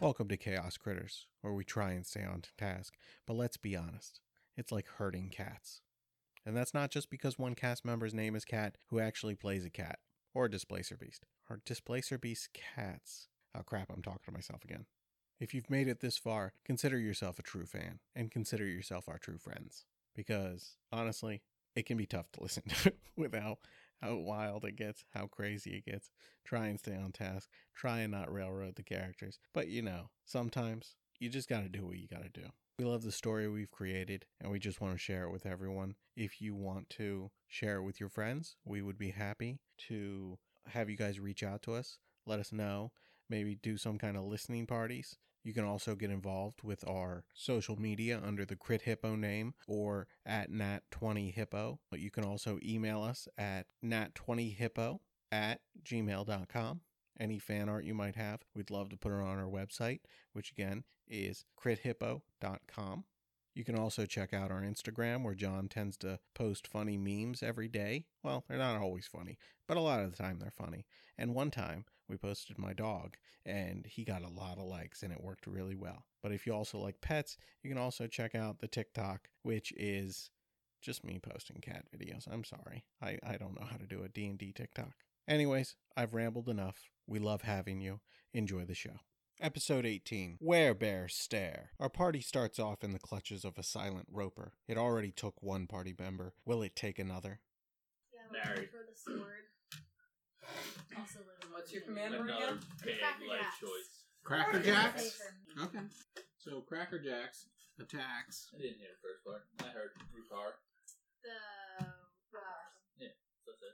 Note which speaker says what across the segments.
Speaker 1: Welcome to Chaos Critters, where we try and stay on task, but let's be honest, it's like herding cats. And that's not just because one cast member's name is Cat, who actually plays a cat, or a Displacer Beast. Are Displacer Beast cats? Oh crap, I'm talking to myself again. If you've made it this far, consider yourself a true fan, and consider yourself our true friends. Because, honestly, it can be tough to listen to with how, how wild it gets, how crazy it gets. Try and stay on task try and not railroad the characters. But you know, sometimes you just got to do what you got to do. We love the story we've created and we just want to share it with everyone. If you want to share it with your friends, we would be happy to have you guys reach out to us, let us know, maybe do some kind of listening parties. You can also get involved with our social media under the Crit Hippo name or at Nat20Hippo. But you can also email us at Nat20Hippo at gmail.com any fan art you might have. We'd love to put it on our website, which again is crithippo.com. You can also check out our Instagram where John tends to post funny memes every day. Well, they're not always funny, but a lot of the time they're funny. And one time we posted my dog and he got a lot of likes and it worked really well. But if you also like pets, you can also check out the TikTok, which is just me posting cat videos. I'm sorry. I, I don't know how to do a D&D TikTok. Anyways, I've rambled enough. We love having you. Enjoy the show. Episode 18 Where Bears Stare. Our party starts off in the clutches of a silent roper. It already took one party member. Will it take another?
Speaker 2: Yeah,
Speaker 3: Married.
Speaker 2: for the sword. Also live in
Speaker 4: What's your
Speaker 2: Virginia.
Speaker 4: command?
Speaker 3: Another
Speaker 4: Hamburger?
Speaker 3: big
Speaker 2: Cracker
Speaker 3: life
Speaker 2: Jacks.
Speaker 3: choice.
Speaker 5: Cracker
Speaker 2: Cracker
Speaker 5: Jacks.
Speaker 2: Jackson.
Speaker 5: Okay. So Cracker Jacks attacks.
Speaker 3: I didn't hear the first part. I heard Rupar.
Speaker 2: The uh,
Speaker 3: That's it.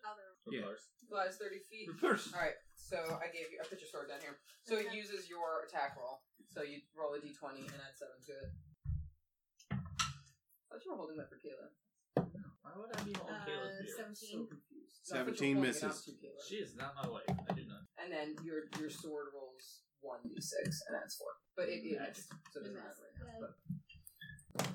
Speaker 2: other.
Speaker 5: Yeah.
Speaker 3: Rupar's.
Speaker 4: Flies 30 feet.
Speaker 3: Rupar's.
Speaker 4: Alright, so I gave you. I put your sword down here. So it
Speaker 2: Okay.
Speaker 4: uses your attack roll. So you roll a d20 and add 7 to it. I thought you were holding that for Kayla.
Speaker 3: Why would I be on
Speaker 2: Uh,
Speaker 3: Kayla's beer?
Speaker 4: I'm so
Speaker 2: 17.
Speaker 4: confused. So I thought you were
Speaker 5: 17
Speaker 4: holding it up
Speaker 5: misses.
Speaker 4: to Kayla.
Speaker 3: She is not my wife. I do not.
Speaker 4: And then your your sword rolls 1d6 and adds 4. But it, it missed, so it doesn't matter right now. But.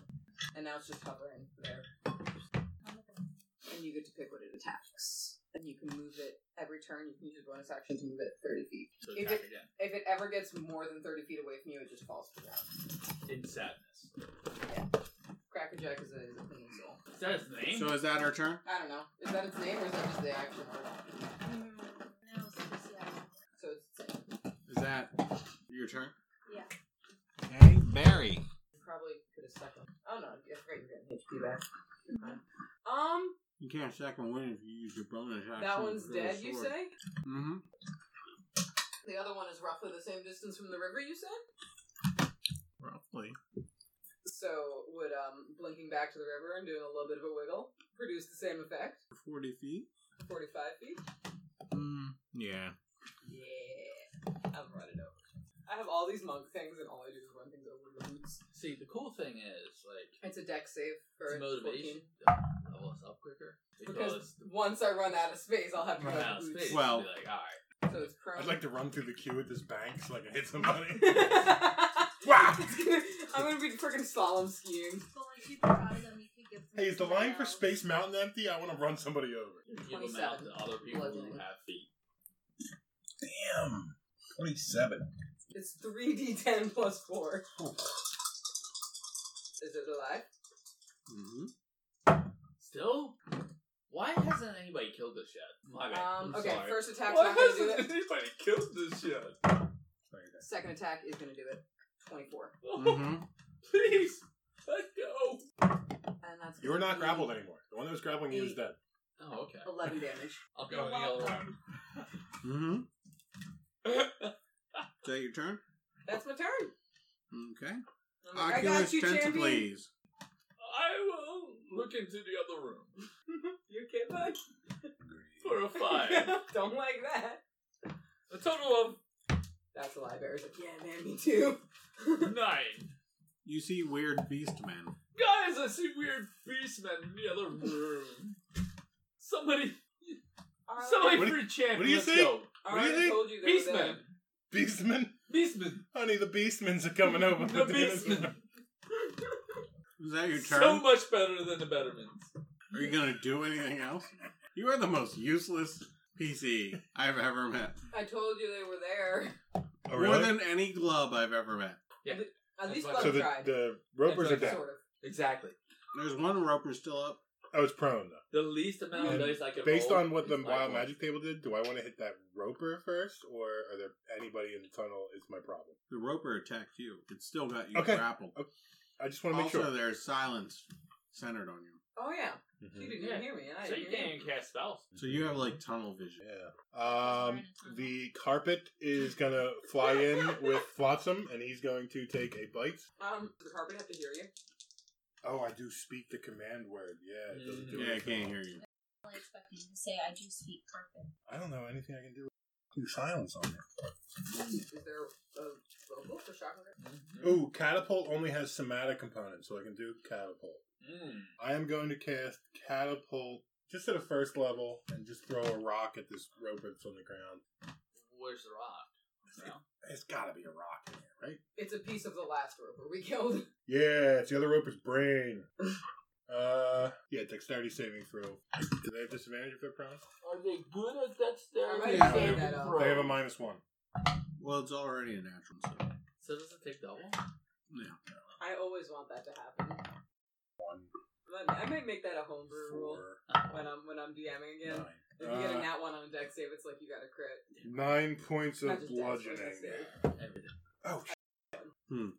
Speaker 4: And now it's just hovering there. and you get to pick what it attacks. And you can move it every turn. You can use your bonus action to move it 30 feet.
Speaker 3: So
Speaker 4: If
Speaker 3: attack
Speaker 4: it-
Speaker 3: again.
Speaker 4: If it ever gets more than 30 feet away from you, it just falls to the ground.
Speaker 3: In sadness.
Speaker 4: Crackerjack is a, is a clean soul.
Speaker 3: Is that his name?
Speaker 5: So is that our turn?
Speaker 4: I don't know. Is that its name or is that just the action word?
Speaker 2: Mm, no, it's just, yeah.
Speaker 4: So it's its name.
Speaker 5: Is that your turn?
Speaker 2: Yeah.
Speaker 5: Okay, Barry.
Speaker 4: You probably could have stuck him. Oh no, I forgot you're getting HP back. You're
Speaker 3: Mm-hmm.
Speaker 4: fine. Um,
Speaker 5: You can't second win if you use your bonus action.
Speaker 4: that one's dead, you
Speaker 5: said.
Speaker 4: say?
Speaker 5: Mm-hmm.
Speaker 4: The other one is roughly the same distance from the river, you said?
Speaker 5: Roughly.
Speaker 4: So would um blinking back to the river and doing a little bit of a wiggle produce the same effect?
Speaker 5: Forty feet.
Speaker 4: 45 feet?
Speaker 5: Mm. Yeah.
Speaker 4: Yeah. I'm running over. I have all these monk things, and all I do is run things over the roots.
Speaker 3: See, the cool thing is, like,
Speaker 4: It's a deck save for
Speaker 3: it's
Speaker 4: a
Speaker 3: motivation.
Speaker 4: 14.
Speaker 3: Level us up quicker.
Speaker 4: Because once I run out of space, I'll have to
Speaker 3: run out of
Speaker 4: boots.
Speaker 3: space.
Speaker 5: Well-
Speaker 3: Be like, all right.
Speaker 4: So it's prone.
Speaker 6: I'd like to run through the queue at this bank so I can hit somebody. Whack!
Speaker 4: It's gonna, I'm gonna be freaking solemn skiing.
Speaker 2: But like you could probably them, you could give them
Speaker 6: hey, is the
Speaker 2: to
Speaker 6: line for
Speaker 2: Miles.
Speaker 6: Space Mountain empty? I want to run somebody over.
Speaker 3: Give them out
Speaker 4: 27.
Speaker 3: to other people who
Speaker 4: Bludgeoning.
Speaker 3: have feet.
Speaker 6: Damn. 27.
Speaker 4: It's 3d10 plus 4. Is it alive?
Speaker 5: Mm-hmm.
Speaker 3: Still? Why hasn't anybody killed this yet? My bad.
Speaker 4: Um,
Speaker 3: I'm
Speaker 4: okay,
Speaker 3: sorry.
Speaker 4: first attack's
Speaker 3: Why
Speaker 4: not gonna do
Speaker 3: hasn't
Speaker 4: it.
Speaker 3: anybody killed this yet?
Speaker 4: Second attack is gonna do it. 24.
Speaker 5: Mm-hmm.
Speaker 3: Please, let go.
Speaker 4: And that's
Speaker 6: You're
Speaker 4: gonna
Speaker 6: not
Speaker 4: be
Speaker 6: grappled anymore. The one that was grappling you is
Speaker 4: Eight.
Speaker 6: dead.
Speaker 3: Oh, okay.
Speaker 4: 11 damage.
Speaker 3: I'll
Speaker 2: You're
Speaker 3: go in the other
Speaker 2: welcome.
Speaker 3: room.
Speaker 5: Mm-hmm. Is that your turn?
Speaker 4: That's my turn.
Speaker 5: Okay.
Speaker 4: I'm like, I got
Speaker 5: Oculus
Speaker 4: you,
Speaker 5: tent,
Speaker 4: champion.
Speaker 5: please.
Speaker 3: I will look into the other room
Speaker 4: You okay, bud?
Speaker 3: for a five.
Speaker 4: Don't like that.
Speaker 3: a total
Speaker 4: That's a lie. Bear's like, yeah, man, me too.
Speaker 3: of nine.
Speaker 5: You see weird beast men.
Speaker 3: Guys, I see weird beastmen in the other room. Somebody,
Speaker 4: All right,
Speaker 3: Life
Speaker 6: What do
Speaker 3: root check.
Speaker 6: what do you
Speaker 3: let's
Speaker 6: think?
Speaker 3: go.
Speaker 4: I
Speaker 6: What do you
Speaker 4: already
Speaker 6: think?
Speaker 4: told you there was
Speaker 3: Beastman.
Speaker 6: Beastman?
Speaker 3: Beastman.
Speaker 6: Honey, the Beastmans are coming over.
Speaker 3: The
Speaker 6: for dinner.
Speaker 3: Beastman.
Speaker 5: Is that your turn?
Speaker 3: So much better than the Bettermans.
Speaker 5: Are you gonna do anything else? You are the most useless PC I've ever met.
Speaker 4: a- I told you they were there.
Speaker 6: Oh, really?
Speaker 5: More than any glub I've ever met.
Speaker 4: At
Speaker 3: That's
Speaker 4: least Bug
Speaker 3: why-
Speaker 6: so the,
Speaker 4: tried.
Speaker 6: the ropers are
Speaker 3: That's
Speaker 6: down.
Speaker 4: Sort of.
Speaker 3: Exactly.
Speaker 5: There's one roper still up.
Speaker 6: Oh, it's prone though.
Speaker 3: The least amount of
Speaker 6: And
Speaker 3: dice I could
Speaker 6: Based
Speaker 3: roll
Speaker 6: on what the
Speaker 3: is my
Speaker 6: wild
Speaker 3: one.
Speaker 6: magic table did, do I want to hit that roper first, or are there anybody in the tunnel? Is my problem.
Speaker 5: The roper attacked you. It still got you
Speaker 6: Okay.
Speaker 5: grappled.
Speaker 6: I just want to make
Speaker 5: also,
Speaker 6: sure.
Speaker 5: there's silence centered on you.
Speaker 4: Oh yeah, you
Speaker 6: Mhm.
Speaker 4: didn't
Speaker 3: Yeah.
Speaker 4: hear me. and I
Speaker 3: So
Speaker 4: didn't
Speaker 3: you
Speaker 4: hear
Speaker 3: can't even cast spells.
Speaker 5: So you have like tunnel vision.
Speaker 6: Yeah. Um, the carpet is gonna fly in with Flotsam, and he's going to take a bite.
Speaker 4: Um, does the carpet have to hear you?
Speaker 6: Oh, I do speak the command word. Yeah, it doesn't do
Speaker 5: Mm-hmm. Yeah, I
Speaker 6: anything.
Speaker 5: can't hear you.
Speaker 2: really expecting you to say I do speak carpet.
Speaker 6: I don't know anything I can do. Do silence on it.
Speaker 4: Is there a vocal for shock alert?
Speaker 3: Mm-hmm.
Speaker 6: Ooh, catapult only has somatic components, so I can do catapult.
Speaker 3: Mm.
Speaker 6: I am going to cast catapult just at a first level and just throw a rock at this rope that's on the ground.
Speaker 3: Where's the rock? Well,
Speaker 6: It's got to be a rock in there, right?
Speaker 4: It's a piece of the last roper we killed.
Speaker 6: Yeah, it's the other roper's brain. Uh, yeah, dexterity saving throw. Do they have disadvantage if they're prone?
Speaker 3: Are they good at that
Speaker 4: Already
Speaker 5: Yeah.
Speaker 4: made that uh, up.
Speaker 6: They have a minus one.
Speaker 5: Well, it's already a natural. So.
Speaker 3: So does it take double?
Speaker 5: Yeah.
Speaker 4: I always want that to happen.
Speaker 6: One,
Speaker 4: Let me- I might make that a homebrew rule
Speaker 6: four,
Speaker 4: when I'm when I'm DMing again.
Speaker 6: nine.
Speaker 4: If you get
Speaker 6: Uh,
Speaker 4: a nat one on a deck save, it's like you got a crit.
Speaker 6: Nine points
Speaker 4: Not
Speaker 6: of
Speaker 4: just dex, but it's a
Speaker 6: bludgeoning.
Speaker 4: save.
Speaker 3: Everything.
Speaker 6: Oh, sh-
Speaker 5: Hmm.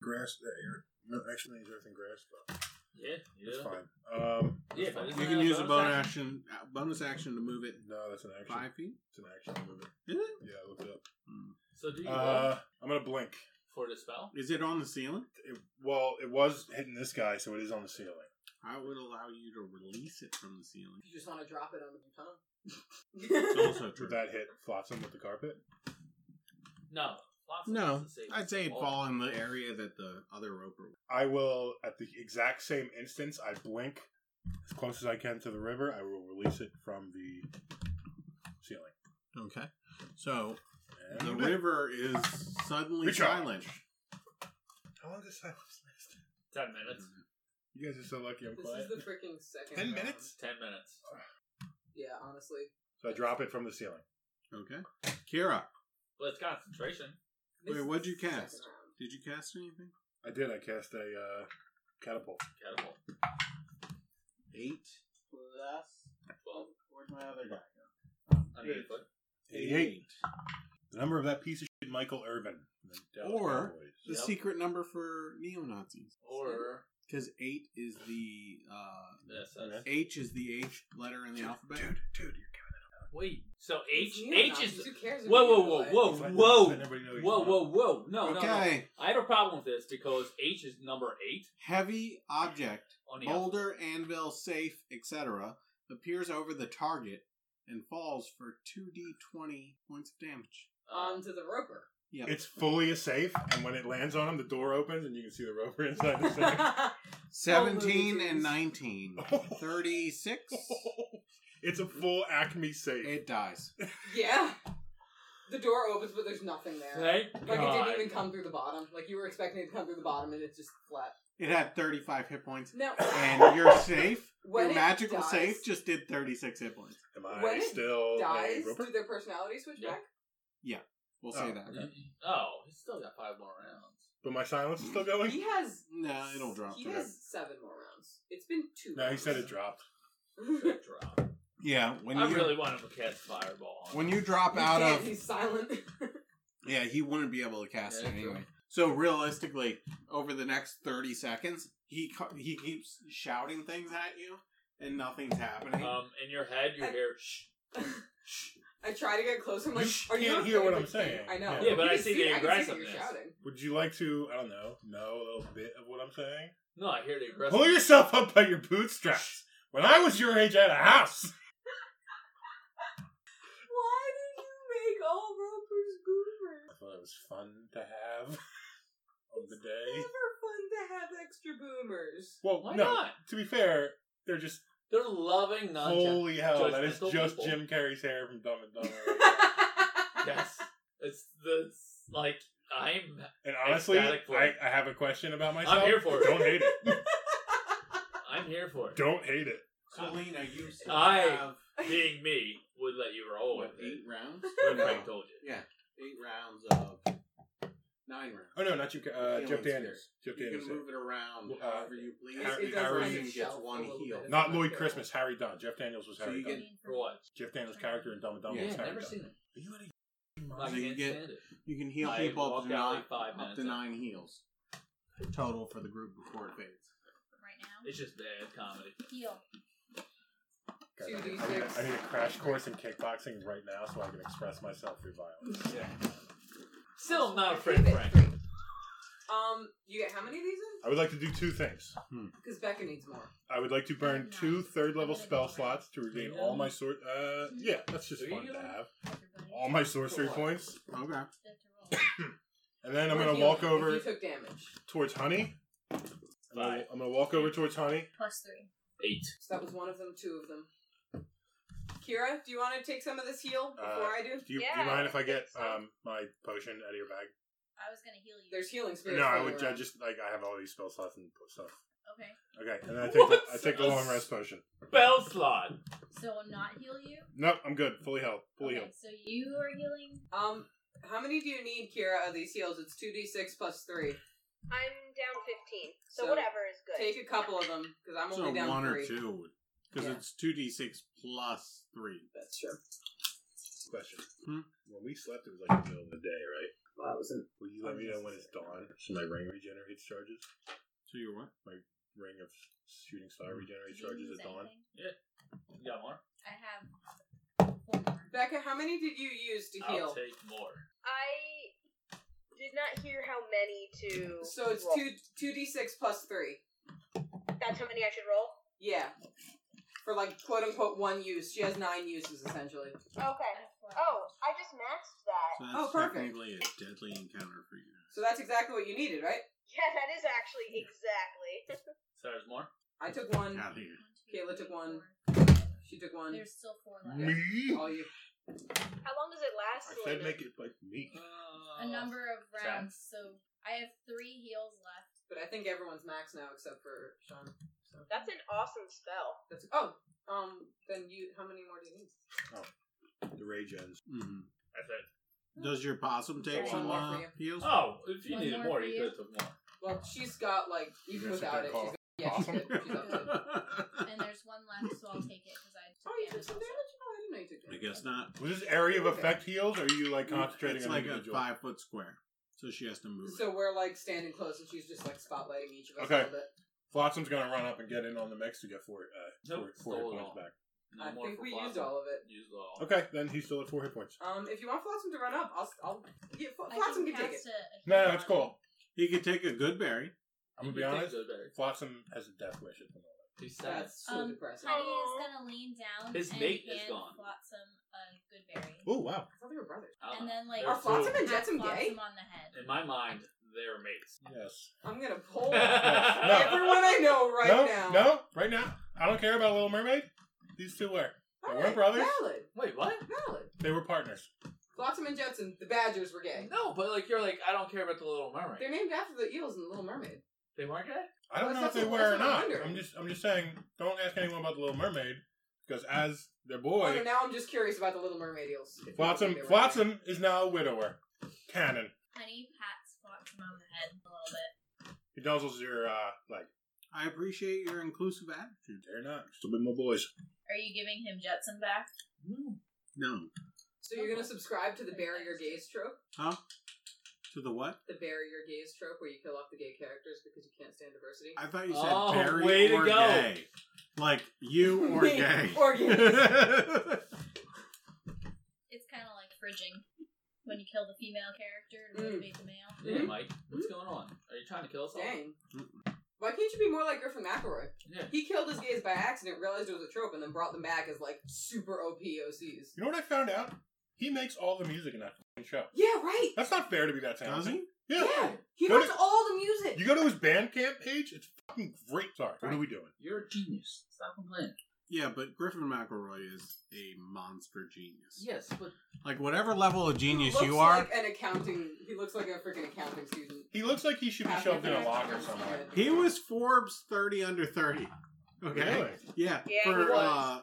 Speaker 6: grass there. No, actually, there's earth and grass, but
Speaker 3: Yeah.
Speaker 6: it's
Speaker 3: Yeah.
Speaker 6: fine. Um,
Speaker 3: Yeah, but isn't
Speaker 5: You
Speaker 3: that
Speaker 5: can use a
Speaker 3: Uh, bonus
Speaker 5: bonus action, uh, bonus action to move it
Speaker 6: no, that's an action.
Speaker 5: five feet.
Speaker 6: It's an action. Move it.
Speaker 5: Is it?
Speaker 6: Yeah, I looked it up.
Speaker 5: Hmm.
Speaker 3: So do you roll
Speaker 6: Uh, I'm gonna blink.
Speaker 3: for the spell?
Speaker 5: Is it on the ceiling?
Speaker 6: It, well, it was hitting this guy, so it is on the ceiling.
Speaker 5: I would allow you to release it from the ceiling.
Speaker 4: If you just want to drop it on the
Speaker 5: It's
Speaker 4: tunnel.
Speaker 5: also true.
Speaker 6: Would that hit Flotsam with the carpet?
Speaker 3: No. Lots of
Speaker 5: No,
Speaker 3: things to save.
Speaker 5: I'd say it'd
Speaker 3: Oh,
Speaker 5: fall in the area that the other roper. was.
Speaker 6: I will, at the exact same instance, I blink as close as I can to the river. I will release it from the ceiling.
Speaker 5: Okay, so
Speaker 6: And
Speaker 5: the
Speaker 6: I'm back.
Speaker 5: river is suddenly
Speaker 6: Recharge.
Speaker 5: silent.
Speaker 6: How long does silence last?
Speaker 3: Ten minutes.
Speaker 6: You guys are so lucky I'm
Speaker 4: this
Speaker 6: quiet.
Speaker 4: is the freaking second.
Speaker 6: Ten
Speaker 4: round.
Speaker 6: minutes?
Speaker 3: Ten minutes.
Speaker 4: Yeah, honestly,
Speaker 6: So I drop it from the ceiling.
Speaker 5: Okay, Kira,
Speaker 3: Well, it's concentration.
Speaker 4: This
Speaker 5: Wait,
Speaker 4: is
Speaker 5: what'd you
Speaker 4: the second
Speaker 5: cast?
Speaker 4: round.
Speaker 5: did you cast anything?
Speaker 6: I did. I cast a uh, catapult.
Speaker 3: Catapult.
Speaker 5: Eight plus. oh,
Speaker 3: Twelve.
Speaker 5: Where'd my other guy go?
Speaker 3: Under your foot.
Speaker 6: 88. The number of that piece of shit, Michael Irvin. The Dallas
Speaker 5: Or-
Speaker 6: Cowboys.
Speaker 5: The
Speaker 3: Yep.
Speaker 5: secret number for neo Nazis.
Speaker 3: Or
Speaker 5: Because eight is the uh,
Speaker 3: this. that's-
Speaker 5: H is the H letter in the alphabet.
Speaker 6: dude, dude, you're
Speaker 3: Wait. So H
Speaker 4: It's
Speaker 3: H
Speaker 4: neonazis.
Speaker 3: is.
Speaker 4: Who cares? if
Speaker 3: Whoa,
Speaker 4: you
Speaker 3: whoa,
Speaker 4: know
Speaker 3: whoa,
Speaker 4: it?
Speaker 3: whoa,
Speaker 6: Just let-
Speaker 3: whoa.
Speaker 6: just let everybody know he's
Speaker 3: Whoa,
Speaker 6: not.
Speaker 3: whoa, whoa.
Speaker 5: Oh,
Speaker 3: No, no, no.
Speaker 5: okay,
Speaker 3: I have a problem with this because H is number eight
Speaker 5: heavy object
Speaker 3: on the
Speaker 5: boulder, anvil, safe, etc., appears over the target and falls for 2d20 points of damage.
Speaker 3: Um,
Speaker 4: Onto the roper.
Speaker 5: Yeah.
Speaker 6: It's fully a safe, and when it lands on him, the door opens, and you can see the rover inside the safe.
Speaker 5: 17
Speaker 4: Boulder
Speaker 5: and
Speaker 4: is-
Speaker 5: 19. 36.
Speaker 6: it's a full Acme safe.
Speaker 5: It dies.
Speaker 4: yeah. The door opens, but there's nothing there.
Speaker 3: Thank
Speaker 4: Like it
Speaker 3: God.
Speaker 4: didn't even come through the bottom. Like you were expecting it to come through the bottom, and it's just flat.
Speaker 5: It had 35 hit points.
Speaker 4: No.
Speaker 5: And your safe,
Speaker 4: When
Speaker 5: your
Speaker 4: it
Speaker 5: magical
Speaker 4: dies-
Speaker 5: safe, just did 36 hit points.
Speaker 6: Am I
Speaker 4: When it
Speaker 6: still a
Speaker 4: dies.
Speaker 6: roper?
Speaker 4: Do their personality switch
Speaker 3: Yeah.
Speaker 4: back?
Speaker 5: We'll say
Speaker 6: Oh.
Speaker 5: that.
Speaker 3: Oh, he's still got five more rounds.
Speaker 6: But my silence is still going?
Speaker 4: He has.
Speaker 5: No, it'll drop.
Speaker 4: He
Speaker 5: to
Speaker 4: has seven more rounds. It's been two.
Speaker 6: No, he said it dropped.
Speaker 4: dropped.
Speaker 3: Should drop.
Speaker 5: that. Yeah, when
Speaker 3: I
Speaker 5: you
Speaker 3: really want him to cast fireball. on
Speaker 5: when you drop out of
Speaker 4: He's silent.
Speaker 5: Yeah, he wouldn't be able to cast
Speaker 3: Yeah,
Speaker 5: it
Speaker 3: true.
Speaker 5: anyway. So realistically, over the next thirty seconds, he co- he keeps shouting things at you, and nothing's happening.
Speaker 3: Um, in your head, you hear shh.
Speaker 4: I try to get closer. I'm
Speaker 6: You
Speaker 4: like,
Speaker 6: sh-
Speaker 4: are you
Speaker 6: can't
Speaker 4: not
Speaker 6: hear what
Speaker 4: playing
Speaker 6: I'm
Speaker 4: the game?"
Speaker 6: saying.
Speaker 4: I know.
Speaker 6: Yeah,
Speaker 4: You
Speaker 3: but I
Speaker 4: can
Speaker 3: see the
Speaker 4: I can see that you're
Speaker 3: aggressiveness.
Speaker 4: shouting.
Speaker 6: Would you like to, I don't know, know a little bit of what I'm saying?
Speaker 3: No, I hear the aggressive.
Speaker 6: Pull yourself up by your bootstraps. When I was your age, I had a house.
Speaker 4: Why did you make all ropers goobers?
Speaker 6: I thought it was fun to have on the
Speaker 4: Never
Speaker 6: day.
Speaker 4: fun to have extra boomers.
Speaker 6: Well,
Speaker 3: Why
Speaker 6: no,
Speaker 3: not?
Speaker 6: to be fair, they're just
Speaker 3: They're loving non
Speaker 6: Holy hell, that is
Speaker 3: judgmental
Speaker 6: just
Speaker 3: people.
Speaker 6: Jim Carrey's hair from Dumb and Dumber.
Speaker 3: Yes. It's, it's like, I'm
Speaker 6: and honestly, I,
Speaker 3: Ecstatic for it.
Speaker 6: I have a question about myself.
Speaker 3: here for it.
Speaker 6: Don't hate it.
Speaker 3: I'm here for it.
Speaker 6: Don't hate it.
Speaker 5: So Lena, you still
Speaker 3: I- Oh,
Speaker 5: have
Speaker 3: Being me would let you roll
Speaker 5: what,
Speaker 3: with
Speaker 5: eight
Speaker 3: it.
Speaker 5: rounds?
Speaker 3: What
Speaker 5: No.
Speaker 3: Frank told you.
Speaker 5: Yeah, eight rounds of nine rounds.
Speaker 6: Oh no, not you, uh, Jeff Daniels. Jeff
Speaker 5: You
Speaker 6: Daniels.
Speaker 5: can move it around
Speaker 6: Well,
Speaker 5: however
Speaker 3: uh,
Speaker 5: you please.
Speaker 6: Har-
Speaker 4: It does
Speaker 6: Harrison
Speaker 4: on
Speaker 5: gets
Speaker 4: itself a
Speaker 5: one
Speaker 4: little
Speaker 5: heel.
Speaker 4: bit.
Speaker 6: Not Lloyd Christmas. Harry Dunn. Jeff Daniels was
Speaker 5: So
Speaker 6: Harry
Speaker 5: you
Speaker 6: Dunn.
Speaker 5: get-
Speaker 2: For what?
Speaker 6: Jeff Daniels' character in Dumb and Dumber
Speaker 5: Yeah,
Speaker 6: was
Speaker 3: Yeah,
Speaker 6: Harry
Speaker 3: never
Speaker 6: Dunn.
Speaker 3: seen it.
Speaker 6: Are you out of
Speaker 3: I
Speaker 5: So you
Speaker 3: can't
Speaker 5: get-
Speaker 3: stand it.
Speaker 5: You can heal
Speaker 3: I
Speaker 5: people up
Speaker 3: walked
Speaker 5: to,
Speaker 3: out
Speaker 5: nine,
Speaker 3: like five
Speaker 5: up
Speaker 3: minutes
Speaker 5: to
Speaker 3: in.
Speaker 5: nine heals total for the group before it fades.
Speaker 2: Right now?
Speaker 3: It's just bad comedy.
Speaker 2: Heal.
Speaker 6: God,
Speaker 4: Two
Speaker 6: I, need,
Speaker 4: D
Speaker 6: I need-
Speaker 4: six.
Speaker 6: I need a crash course in kickboxing right now so I can express myself through violence.
Speaker 3: Still not
Speaker 4: Okay,
Speaker 3: afraid,
Speaker 4: but
Speaker 3: Frank.
Speaker 4: three. Um, you get how many of these in?
Speaker 6: I would like to do two things.
Speaker 4: Because Becca needs more.
Speaker 6: I would like to burn two third level spell slots to regain all my sword. Uh, yeah, that's just
Speaker 3: There
Speaker 6: fun
Speaker 3: you
Speaker 6: to
Speaker 3: go.
Speaker 6: have.
Speaker 2: Everybody.
Speaker 6: All my sorcery
Speaker 4: For what?
Speaker 6: points,
Speaker 5: Okay.
Speaker 2: They have to roll.
Speaker 6: and then I'm
Speaker 4: Or
Speaker 6: gonna
Speaker 4: healing,
Speaker 6: walk
Speaker 4: if
Speaker 6: over
Speaker 4: You took damage.
Speaker 6: towards Honey. I'm gonna,
Speaker 3: Five.
Speaker 6: I'm gonna walk over towards Honey.
Speaker 2: Plus three.
Speaker 3: Eight.
Speaker 4: So that was one of them, two of them. Kira, do you want to take some of this heal before
Speaker 6: Uh,
Speaker 4: I do?
Speaker 6: Do you, do
Speaker 2: Yeah,
Speaker 6: you mind if I
Speaker 2: I
Speaker 6: get
Speaker 2: think so.
Speaker 6: um my potion out of your bag?
Speaker 2: I was gonna heal you.
Speaker 4: There's healing spirits.
Speaker 6: No, I
Speaker 4: floating
Speaker 6: would. I
Speaker 4: around.
Speaker 6: just like I have all these spell slots and stuff.
Speaker 2: Okay.
Speaker 6: Okay, and then I take the,
Speaker 3: What?
Speaker 6: I take the long rest potion.
Speaker 3: Bell slot.
Speaker 2: So I'll not heal you?
Speaker 6: Nope, I'm good. Fully healed. Fully
Speaker 2: Okay,
Speaker 6: healed.
Speaker 2: so you are healing.
Speaker 4: Um, how many do you need, Kira, of these heals? It's 2d6 plus 3.
Speaker 7: I'm down 15, so,
Speaker 4: So,
Speaker 7: whatever is good.
Speaker 4: Take a couple of them, because I'm
Speaker 5: So
Speaker 4: only down
Speaker 5: one
Speaker 4: 3.
Speaker 5: or two. Because
Speaker 4: Yeah.
Speaker 5: it's 2d6 plus 3.
Speaker 4: That's true.
Speaker 6: Question.
Speaker 5: Hmm?
Speaker 6: When we slept, it was like the middle of the day, right?
Speaker 4: Well, that was in
Speaker 6: Will you let me know when it's dawn? So my ring regenerates charges.
Speaker 5: So you're what?
Speaker 6: Ring of shooting star
Speaker 2: Did
Speaker 6: regenerates
Speaker 2: you
Speaker 6: charges
Speaker 2: lose
Speaker 6: at dawn.
Speaker 2: anything?
Speaker 3: You got more?
Speaker 2: I have four more.
Speaker 4: Becca, how many did you use to
Speaker 3: I'll
Speaker 4: heal?
Speaker 3: take more.
Speaker 7: I did not hear how many to.
Speaker 4: So it's
Speaker 7: roll.
Speaker 4: 2 2d6 plus 3.
Speaker 7: That's how many I should roll?
Speaker 4: Yeah. For like quote unquote one use. She has nine uses essentially.
Speaker 7: Okay.
Speaker 2: I have four.
Speaker 7: Oh, I just maxed that.
Speaker 5: So that's
Speaker 4: Oh, perfect.
Speaker 5: technically a deadly encounter for you.
Speaker 4: So that's exactly what you needed, right?
Speaker 7: Yeah, that is actually exactly.
Speaker 3: So there's more?
Speaker 4: I took one.
Speaker 5: Out here.
Speaker 2: One, two,
Speaker 4: Kayla took
Speaker 2: three,
Speaker 4: one.
Speaker 2: four.
Speaker 4: She took one.
Speaker 2: There's still four left.
Speaker 6: Me?
Speaker 4: All you.
Speaker 7: how long does it last?
Speaker 6: I said
Speaker 7: Elena?
Speaker 6: make it like me.
Speaker 3: Oh.
Speaker 2: A number of
Speaker 3: Ten.
Speaker 2: rounds, so I have three heals left.
Speaker 4: But I think everyone's max now except for Sean. So
Speaker 7: That's an awesome spell.
Speaker 4: that's oh. Um. Then you. How many more do you need?
Speaker 6: The rage ends.
Speaker 5: hmm
Speaker 3: I said,
Speaker 5: Does your possum take
Speaker 4: One
Speaker 5: some
Speaker 4: more
Speaker 5: uh,
Speaker 4: for you.
Speaker 5: heals?
Speaker 3: oh, if you
Speaker 2: One
Speaker 3: needed
Speaker 2: more
Speaker 3: more,
Speaker 2: for
Speaker 3: you
Speaker 2: you.
Speaker 3: could have took more.
Speaker 4: Well, she's got like even
Speaker 6: You're gonna sit
Speaker 4: without
Speaker 6: there
Speaker 4: it. She's
Speaker 6: and
Speaker 4: got, yeah, she's
Speaker 6: Awesome.
Speaker 4: good. She's up to it.
Speaker 2: And there's one left, so I'll take it because I took
Speaker 4: Oh, you
Speaker 2: damage
Speaker 4: took
Speaker 2: also.
Speaker 4: some damage. Oh, I didn't know you took
Speaker 5: I
Speaker 4: damage.
Speaker 5: guess not.
Speaker 6: Was this area of effect heals? Or are you like concentrating
Speaker 5: it's
Speaker 6: on
Speaker 5: like a
Speaker 6: individual?
Speaker 5: five foot square. So she has to move it.
Speaker 4: So we're like standing close, and she's just like spotlighting each of us a
Speaker 6: Okay.
Speaker 4: little bit.
Speaker 6: Flotsam's gonna run up and get in on the mix to get four, uh,
Speaker 3: Nope, stole
Speaker 6: four, four hit
Speaker 3: it
Speaker 6: points
Speaker 3: all.
Speaker 6: back.
Speaker 3: No
Speaker 4: I
Speaker 3: more
Speaker 4: think
Speaker 3: for
Speaker 4: we
Speaker 3: Blossom.
Speaker 4: used all of it.
Speaker 3: Used all.
Speaker 6: Okay, then he's still at four hit points.
Speaker 4: Um, if you want Flotsam to run up, I'll I'll yeah, Fl-
Speaker 2: I
Speaker 4: Flotsam
Speaker 2: can
Speaker 4: can take it.
Speaker 2: cast a- a
Speaker 6: No,
Speaker 2: heal
Speaker 6: no, it's
Speaker 2: on
Speaker 6: cool.
Speaker 5: He could take a good berry.
Speaker 6: I'm
Speaker 3: You
Speaker 6: gonna be
Speaker 3: take
Speaker 6: honest.
Speaker 3: those berries.
Speaker 6: Flotsam has a death wish at the moment.
Speaker 3: He's sad.
Speaker 4: That's so
Speaker 2: Um,
Speaker 4: depressing.
Speaker 2: Honey is
Speaker 7: Aw.
Speaker 2: gonna lean down
Speaker 3: His
Speaker 2: and
Speaker 3: mate is
Speaker 2: hand
Speaker 3: gone.
Speaker 2: Flotsam a good berry.
Speaker 6: Oh wow!
Speaker 4: I thought they were brothers.
Speaker 3: I don't
Speaker 2: And
Speaker 3: know.
Speaker 2: then like
Speaker 3: They're
Speaker 4: Are Flotsam
Speaker 3: cool.
Speaker 4: and
Speaker 2: pat
Speaker 4: Jetsam gay?
Speaker 2: Flotsam on the head.
Speaker 3: In my mind, they're mates.
Speaker 6: Yes.
Speaker 4: I'm gonna pull
Speaker 6: No.
Speaker 4: everyone I know right
Speaker 6: no,
Speaker 4: now.
Speaker 6: no, right now. I don't care about Little Mermaid. These two were.
Speaker 4: All
Speaker 6: They weren't brothers?
Speaker 4: Valid,
Speaker 3: Wait, what?
Speaker 4: valid.
Speaker 6: They were partners.
Speaker 4: Flotsam and Jetsam, the Badgers were gay.
Speaker 3: No, but like you're like I don't care about the Little Mermaid.
Speaker 4: They're named after the eels in The Little Mermaid.
Speaker 3: they weren't gay.
Speaker 6: I don't
Speaker 4: Well,
Speaker 6: know if
Speaker 4: that's
Speaker 6: they
Speaker 4: not-
Speaker 6: were
Speaker 4: that's
Speaker 6: or
Speaker 4: not
Speaker 6: not.
Speaker 4: under.
Speaker 6: I'm just, I'm just saying. Don't ask anyone about the Little Mermaid because as their
Speaker 4: Oh, no,
Speaker 6: boy,
Speaker 4: now I'm just curious about the Little Mermaid eels. If you
Speaker 6: Flotsam,
Speaker 4: think they were gay.
Speaker 6: Flotsam is now a widower. Canon.
Speaker 2: Honey pats Flotsam on the head a little bit.
Speaker 6: He nuzzles your uh, like.
Speaker 5: I appreciate your inclusive attitude.
Speaker 6: They're not. Still be my boys.
Speaker 2: Are you giving him Jetsam back?
Speaker 5: No.
Speaker 4: So you're gonna subscribe to the barrier gaze trope?
Speaker 5: Huh? To the what?
Speaker 4: The barrier gaze trope, where you kill off the gay characters because you can't stand diversity.
Speaker 5: I thought you said
Speaker 3: Oh,
Speaker 5: berry
Speaker 3: way to
Speaker 5: or
Speaker 3: go.
Speaker 5: gay. Like you or
Speaker 4: Me
Speaker 5: gay.
Speaker 4: or gays.
Speaker 2: It's kind of like fridging when you kill the female character to
Speaker 4: Mm.
Speaker 2: motivate the male.
Speaker 3: Yeah,
Speaker 4: Mhm.
Speaker 3: Mike. What's going on? Are you trying to kill us all?
Speaker 4: Dang. Why can't you be more like Griffin McElroy?
Speaker 3: Yeah.
Speaker 4: He killed his gays by accident, realized it was a trope, and then brought them back as like super OP OCs.
Speaker 6: You know what I found out? He makes all the music in that f***ing show.
Speaker 4: Yeah, right.
Speaker 6: That's not fair to be that
Speaker 5: Does
Speaker 6: talented.
Speaker 5: he?
Speaker 6: Yeah.
Speaker 4: Yeah, he
Speaker 6: Go
Speaker 4: does all the music.
Speaker 6: You go to his Bandcamp page. It's fucking great. Sorry. What are we doing?
Speaker 3: You're a genius. Stop complaining.
Speaker 5: Yeah, but Griffin McElroy is a monster genius.
Speaker 3: Yes, but
Speaker 5: Like whatever level of genius
Speaker 4: He
Speaker 5: you
Speaker 4: looks
Speaker 5: are,
Speaker 4: Like an accounting. He looks like a freaking accounting student.
Speaker 6: He looks like he should be
Speaker 4: Half
Speaker 6: shoved in a
Speaker 4: accounting
Speaker 6: locker
Speaker 4: student.
Speaker 6: somewhere.
Speaker 5: he was Forbes thirty under thirty. Okay.
Speaker 6: Really?
Speaker 5: Yeah.
Speaker 7: Yeah,
Speaker 5: for,
Speaker 7: he was.
Speaker 5: Uh,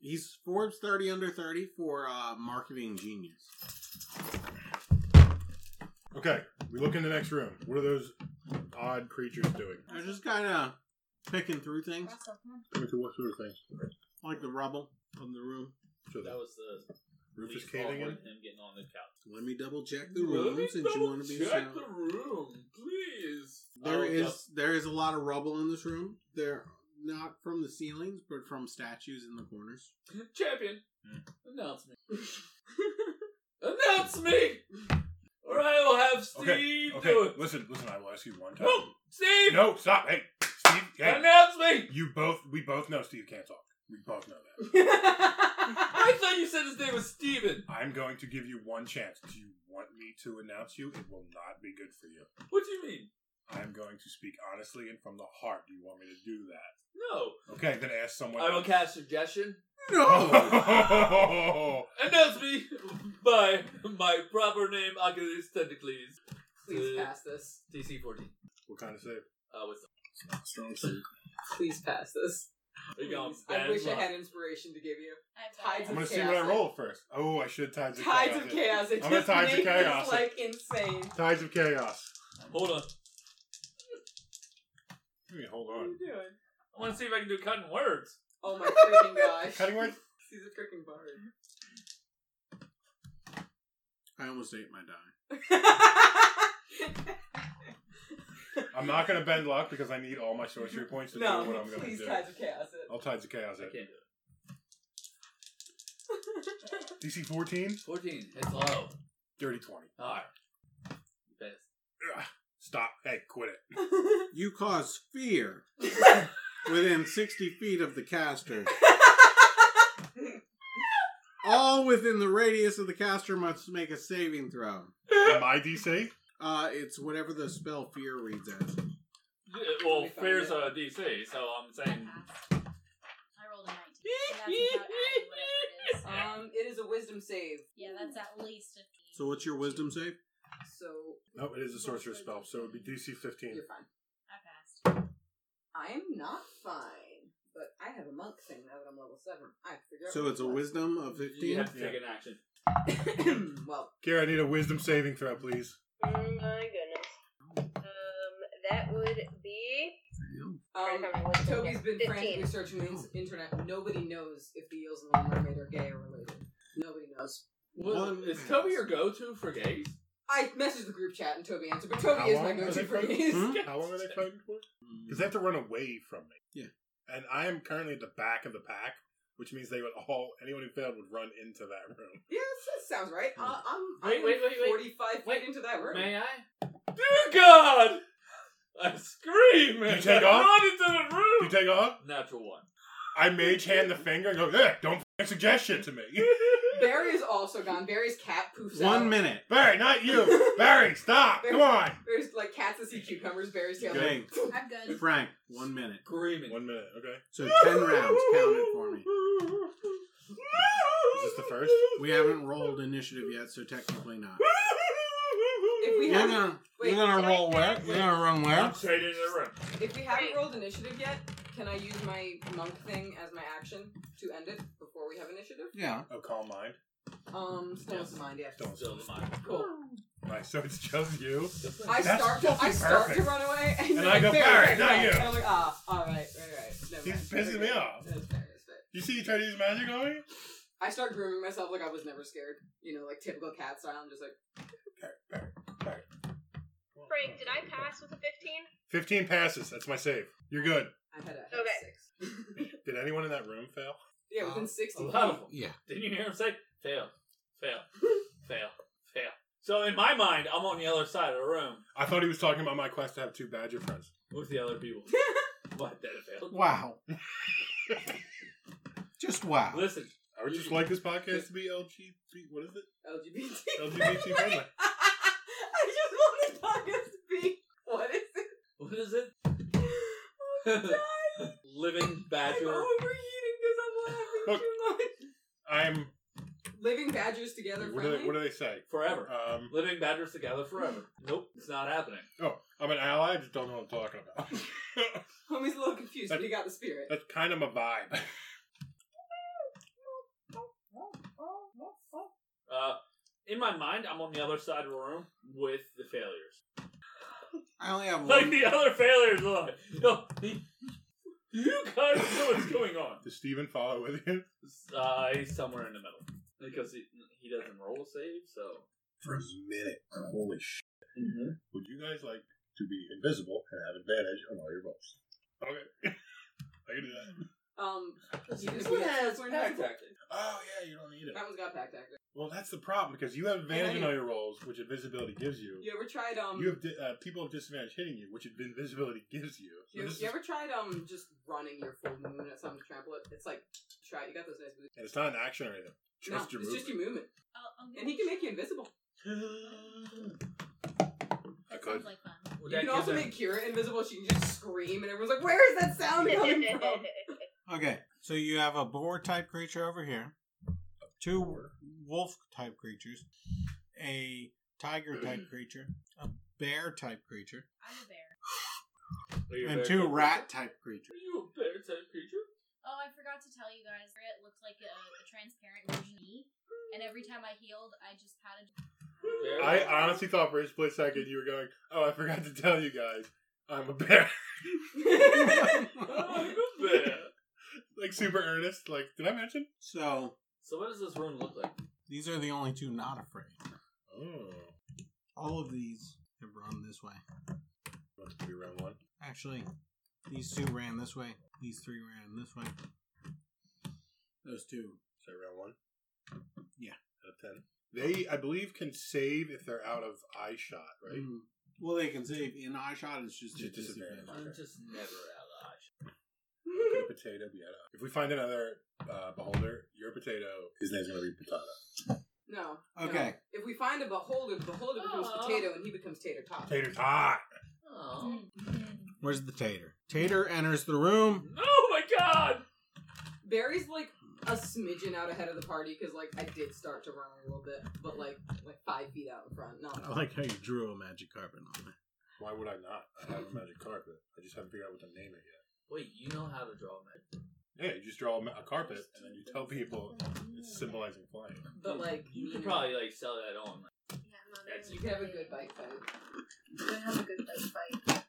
Speaker 5: he's Forbes thirty under thirty for uh, marketing genius.
Speaker 6: Okay, we look in the next room. What are those odd creatures doing?
Speaker 5: I was just kind of picking through things,
Speaker 2: Russell, come on.
Speaker 6: Coming through what sort of things?
Speaker 5: like the rubble of the room.
Speaker 6: So
Speaker 3: that
Speaker 6: the
Speaker 3: was the
Speaker 6: roof is
Speaker 3: least
Speaker 6: caving
Speaker 3: awkward
Speaker 6: in.
Speaker 3: Him getting on the couch.
Speaker 5: Let me double check the room since you want to be
Speaker 3: check
Speaker 5: sound.
Speaker 3: the room, please. Oh,
Speaker 5: There is
Speaker 3: Yep.
Speaker 5: there is a lot of rubble in this room. They're not from the ceilings, but from statues in the corners.
Speaker 3: Champion,
Speaker 6: Hmm.
Speaker 3: announce me. announce me, or I will have Steve
Speaker 6: Okay,
Speaker 3: do
Speaker 6: okay.
Speaker 3: it.
Speaker 6: Listen, listen. I will ask you one time.
Speaker 3: No, Steve,
Speaker 6: No, stop. Hey, Steve. Hey,
Speaker 3: announce me.
Speaker 6: you both. We both know Steve can't talk. We both know that.
Speaker 3: I thought you said his name was Steven.
Speaker 6: I'm going to give you one chance. Do you want me to announce you? It will not be good for you.
Speaker 3: What do you mean?
Speaker 6: I'm going to speak honestly and from the heart. Do you want me to do that?
Speaker 3: No.
Speaker 6: Okay, then ask someone.
Speaker 3: I will
Speaker 6: else.
Speaker 3: cast suggestion.
Speaker 6: No.
Speaker 3: Announce me by my proper name, Oculus Tentacles.
Speaker 4: Please
Speaker 3: Uh,
Speaker 4: pass this.
Speaker 3: DC 14.
Speaker 6: what kind of save?
Speaker 3: Uh, what's
Speaker 5: Strong suit.
Speaker 4: Please pass this.
Speaker 3: up? Are you going
Speaker 4: I
Speaker 3: bad
Speaker 4: wish I
Speaker 3: luck?
Speaker 4: had inspiration to give you.
Speaker 2: I've
Speaker 4: Tides
Speaker 6: I'm
Speaker 2: got
Speaker 6: gonna
Speaker 2: it.
Speaker 4: of
Speaker 6: see what I
Speaker 4: chaos.
Speaker 6: roll first. Oh, I should tides of
Speaker 4: Tides
Speaker 6: chaos.
Speaker 4: of chaos. It
Speaker 6: I'm gonna
Speaker 4: just
Speaker 6: tides of
Speaker 4: makes
Speaker 6: chaos
Speaker 4: this
Speaker 6: it.
Speaker 4: like insane.
Speaker 6: Tides of chaos.
Speaker 3: Hold on.
Speaker 6: Let me hold
Speaker 4: What are
Speaker 6: on.
Speaker 4: you doing?
Speaker 3: I want to see if I can do cutting words.
Speaker 4: Oh my freaking gosh.
Speaker 6: Cutting words.
Speaker 4: He's a freaking
Speaker 5: I almost ate my die.
Speaker 4: bard.
Speaker 6: I'm not gonna bend luck because I need all my sorcery points to do what
Speaker 4: no,
Speaker 6: I'm gonna
Speaker 4: please
Speaker 6: do. Oh.
Speaker 4: tides of chaos it.
Speaker 6: I'll tides of chaos it.
Speaker 3: can't do it.
Speaker 6: DC 14,
Speaker 3: 14. It's low.
Speaker 6: dirty 20.
Speaker 3: Alright. Best.
Speaker 6: Ugh. Stop. Hey, quit it.
Speaker 5: You cause fear within sixty feet of the caster. All within the radius of the caster must make a saving throw.
Speaker 6: Am I DC?
Speaker 5: Uh, it's whatever the spell fear reads as.
Speaker 3: Uh, Well,
Speaker 4: Let me
Speaker 3: fair's
Speaker 4: find
Speaker 3: a DC, so I'm
Speaker 2: I
Speaker 3: saying.
Speaker 2: passed. I rolled a 19. And that's without adding whatever it is.
Speaker 4: um, it is a wisdom save.
Speaker 2: Yeah, that's at least 15.
Speaker 5: So what's your wisdom save?
Speaker 4: So
Speaker 6: No, Oh, it is a sorcerer spell, so it would be DC 15.
Speaker 4: you're fine.
Speaker 2: I passed.
Speaker 4: I'm not fine, but I have a monk thing now that I'm level seven. I figure. out
Speaker 5: So
Speaker 4: what
Speaker 5: it's a
Speaker 4: it was.
Speaker 5: wisdom of
Speaker 3: You
Speaker 5: fifteen.
Speaker 3: have to take an action.
Speaker 4: well,
Speaker 6: Kara, I need a wisdom saving throw, please.
Speaker 7: Mm, my goodness. Um, that would be.
Speaker 4: um,
Speaker 7: Right, how many wisdom
Speaker 4: Toby's
Speaker 7: is
Speaker 4: been
Speaker 7: 15.
Speaker 4: frantically searching the ins- internet. Nobody knows if the eels and the Little mermaid are gay or related. Nobody knows.
Speaker 3: Well,
Speaker 5: One
Speaker 3: is
Speaker 5: pass.
Speaker 3: Toby your go to for gays?
Speaker 4: I messaged the group chat and Toby answered, but Toby
Speaker 6: How
Speaker 4: is my
Speaker 6: long was
Speaker 4: go-to
Speaker 6: it
Speaker 4: for
Speaker 6: for?
Speaker 4: gays.
Speaker 5: Hmm?
Speaker 6: How long are they fighting for? Because
Speaker 5: Mm,
Speaker 6: they have to run away from me.
Speaker 5: Yeah.
Speaker 6: And I am currently at the back of the pack, which means they would all, anyone who failed would run into that room.
Speaker 4: Yes, that sounds right.
Speaker 6: Hmm.
Speaker 4: Uh, I'm,
Speaker 3: Wait,
Speaker 4: I'm
Speaker 3: wait, wait, wait.
Speaker 4: 45 feet
Speaker 3: Wait.
Speaker 4: into that room.
Speaker 3: May I? Dear God! I scream and
Speaker 6: You take
Speaker 3: I
Speaker 6: off?
Speaker 3: run into the room!
Speaker 6: Do you take off?
Speaker 3: Natural one.
Speaker 6: I mage hand the finger and go, yeah, don't f- suggest shit to me.
Speaker 4: Barry is also gone. Barry's cat poofs out.
Speaker 5: One minute.
Speaker 6: Barry, not you. Barry, stop. Come on.
Speaker 4: There's like cats that see cucumbers. Barry's tail.
Speaker 5: Okay,
Speaker 2: I'm good. Oh,
Speaker 5: Frank, one minute.
Speaker 3: Screaming.
Speaker 6: One minute, okay.
Speaker 5: So ten rounds counted for me.
Speaker 6: Is this the first?
Speaker 5: We haven't rolled initiative yet, so technically not.
Speaker 4: If we
Speaker 5: You're
Speaker 4: haven't,
Speaker 5: gonna,
Speaker 4: wait,
Speaker 5: you're gonna
Speaker 4: can I
Speaker 5: roll where?
Speaker 4: add-
Speaker 5: You're gonna run where?
Speaker 3: I'm straight into the room.
Speaker 4: if we haven't rolled initiative yet, can I use my monk thing as my action to end it before we have initiative?
Speaker 5: Yeah.
Speaker 6: Oh, calm mind.
Speaker 4: Um, still
Speaker 3: Yes.
Speaker 4: yes. mind yeah.
Speaker 6: Don't.
Speaker 3: Still the mind.
Speaker 4: Cool.
Speaker 6: Right, so it's just you.
Speaker 4: I
Speaker 6: That's
Speaker 4: start. To, I
Speaker 6: fucking
Speaker 4: start to
Speaker 6: perfect.
Speaker 4: run away, and,
Speaker 6: And
Speaker 4: then
Speaker 6: I go,
Speaker 4: Barry,
Speaker 6: "Barry,
Speaker 4: Barry,
Speaker 6: not
Speaker 4: Barry."
Speaker 6: you.
Speaker 4: And I'm like, ah, all right, right, right. Never
Speaker 6: He's
Speaker 4: mind.
Speaker 6: pissing me
Speaker 4: Okay.
Speaker 6: off.
Speaker 4: That's fair, that's fair.
Speaker 6: You see, you try to use magic on me?
Speaker 4: I start grooming myself like I was never scared. You know, like typical cat style. I'm just like,
Speaker 7: Frank, did I pass with a 15?
Speaker 6: 15 passes. That's my save. You're good.
Speaker 4: I've had a
Speaker 7: Okay.
Speaker 4: six.
Speaker 6: Did anyone in that room fail?
Speaker 4: yeah, within
Speaker 5: Um,
Speaker 3: A
Speaker 4: sixty.
Speaker 3: lot of
Speaker 4: feet.
Speaker 3: them.
Speaker 5: Yeah.
Speaker 3: Didn't you hear him say, fail, fail, fail, fail? So in my mind, I'm on the other side of the room
Speaker 6: I thought he was talking about my quest to have two badger friends.
Speaker 3: with the other people. but that failed.
Speaker 5: Wow. Just wow.
Speaker 3: Listen,
Speaker 6: I would just like this podcast to be LGBT. What is it?
Speaker 4: LGBT.
Speaker 6: LGBT friendly.
Speaker 4: I just want this podcast to be. What is it?
Speaker 3: what is it?
Speaker 4: Oh, God,
Speaker 3: Living
Speaker 4: I'm
Speaker 3: Badger
Speaker 4: overheating because I'm
Speaker 6: Look.
Speaker 4: Too much.
Speaker 6: I'm.
Speaker 4: Living badgers together.
Speaker 6: What do they,
Speaker 4: friendly?
Speaker 6: what do they say?
Speaker 3: Forever.
Speaker 6: Um.
Speaker 3: Living badgers together forever. Nope, it's not happening.
Speaker 6: Oh, I'm an ally. I just don't know what I'm talking about.
Speaker 4: Homie's a little confused, but he got the spirit.
Speaker 6: That's uh, kind of my vibe.
Speaker 3: Uh, in my mind, I'm on the other side of the room with the failures.
Speaker 5: I only have
Speaker 3: Like
Speaker 5: one.
Speaker 3: the other failures are like, no, he- you guys know what's going on.
Speaker 6: Does Steven follow with you?
Speaker 3: Uh, he's somewhere in the middle because he, he doesn't roll save, so.
Speaker 6: For a minute. Holy shit. Would you guys like to be invisible and have advantage on all your rolls? Okay. I can do that.
Speaker 4: Um, you
Speaker 3: This
Speaker 4: just
Speaker 3: one
Speaker 4: get-
Speaker 3: has
Speaker 4: one has-
Speaker 3: pack tactic.
Speaker 6: Oh, yeah, you don't need it.
Speaker 4: That one's got pack tactic.
Speaker 6: Well, that's the problem because you have advantage
Speaker 4: I
Speaker 6: on
Speaker 4: know
Speaker 6: all your rolls, which invisibility gives you.
Speaker 4: You ever tried um?
Speaker 6: You have di- uh, people of disadvantage hitting you, which invisibility gives you. So
Speaker 4: you,
Speaker 6: this
Speaker 4: you
Speaker 6: is-
Speaker 4: ever tried um just running your full movement at some trampoline? It's like try. You got those nice moves.
Speaker 6: and it's not an action or anything.
Speaker 4: No,
Speaker 6: Just your
Speaker 4: it's just your
Speaker 6: movement.
Speaker 4: movement,
Speaker 2: I'll, I'll give
Speaker 4: and he
Speaker 2: it
Speaker 4: can
Speaker 2: a
Speaker 4: make you
Speaker 2: shot.
Speaker 4: invisible.
Speaker 2: That
Speaker 6: Okay.
Speaker 2: sounds like fun.
Speaker 3: Would
Speaker 4: You
Speaker 3: that
Speaker 4: can
Speaker 3: give
Speaker 4: also
Speaker 3: him-
Speaker 4: make Kira invisible. She can just scream, and everyone's like, "Where is that sound coming from?"
Speaker 5: Okay, so you have a boar type creature over here, two wolf type creatures, a tiger
Speaker 6: Mm-hmm.
Speaker 5: type creature, a bear type creature,
Speaker 2: I'm a bear.
Speaker 3: Are you a
Speaker 5: and
Speaker 3: bear
Speaker 5: two
Speaker 3: type
Speaker 5: rat type
Speaker 3: creature?
Speaker 5: creatures.
Speaker 3: Are you a bear type creature?
Speaker 2: Oh, I forgot to tell you guys. It looked like a, a transparent version of me. And every time I healed, I just had a.
Speaker 3: Bear
Speaker 6: I
Speaker 3: type-
Speaker 6: honestly thought for a split second you were going, "Oh, I forgot to tell you guys, I'm a bear."
Speaker 3: I'm a bear.
Speaker 6: like super earnest. Like, did I mention?
Speaker 5: So
Speaker 3: So what does this room look like?
Speaker 5: these are the only two not afraid.
Speaker 6: Oh,
Speaker 5: All of these have run this way.
Speaker 6: must be round one.
Speaker 5: Actually, these two ran this way. These three ran this way. Those two.
Speaker 6: Is that round one?
Speaker 5: Yeah.
Speaker 6: Out of ten. They, I believe, can save if they're out of eye shot, right?
Speaker 5: Mm. Well, they can save in eye shot. It's just a
Speaker 6: Just disadvantage.
Speaker 5: disadvantage.
Speaker 3: I'm just never out of action.
Speaker 6: Could a potato be out of? If we find another uh, beholder, your potato, his name's gonna be Potato.
Speaker 4: no.
Speaker 5: Okay.
Speaker 4: no. If we find a beholder, the beholder becomes
Speaker 3: Aw.
Speaker 4: potato, and he becomes tater tot.
Speaker 6: Tater tot.
Speaker 3: Oh.
Speaker 5: Where's the tater? Tater enters the room.
Speaker 3: Oh my god!
Speaker 4: Barry's like a smidgen out ahead of the party because like I did start to run a little bit, but like like five feet out in front. Not
Speaker 5: I like how you drew a magic carpet on that.
Speaker 6: Why would I not? I have a magic carpet. I just haven't figured out what to name it yet.
Speaker 3: Wait, you know how to draw magic.
Speaker 6: Yeah, you just draw a, ma- a carpet and then you tell people it's symbolizing flying.
Speaker 4: But like
Speaker 3: You could
Speaker 4: know,
Speaker 3: probably like sell that on. Like, That's-
Speaker 4: you could have a good bike fight.
Speaker 2: You could have a good bike fight.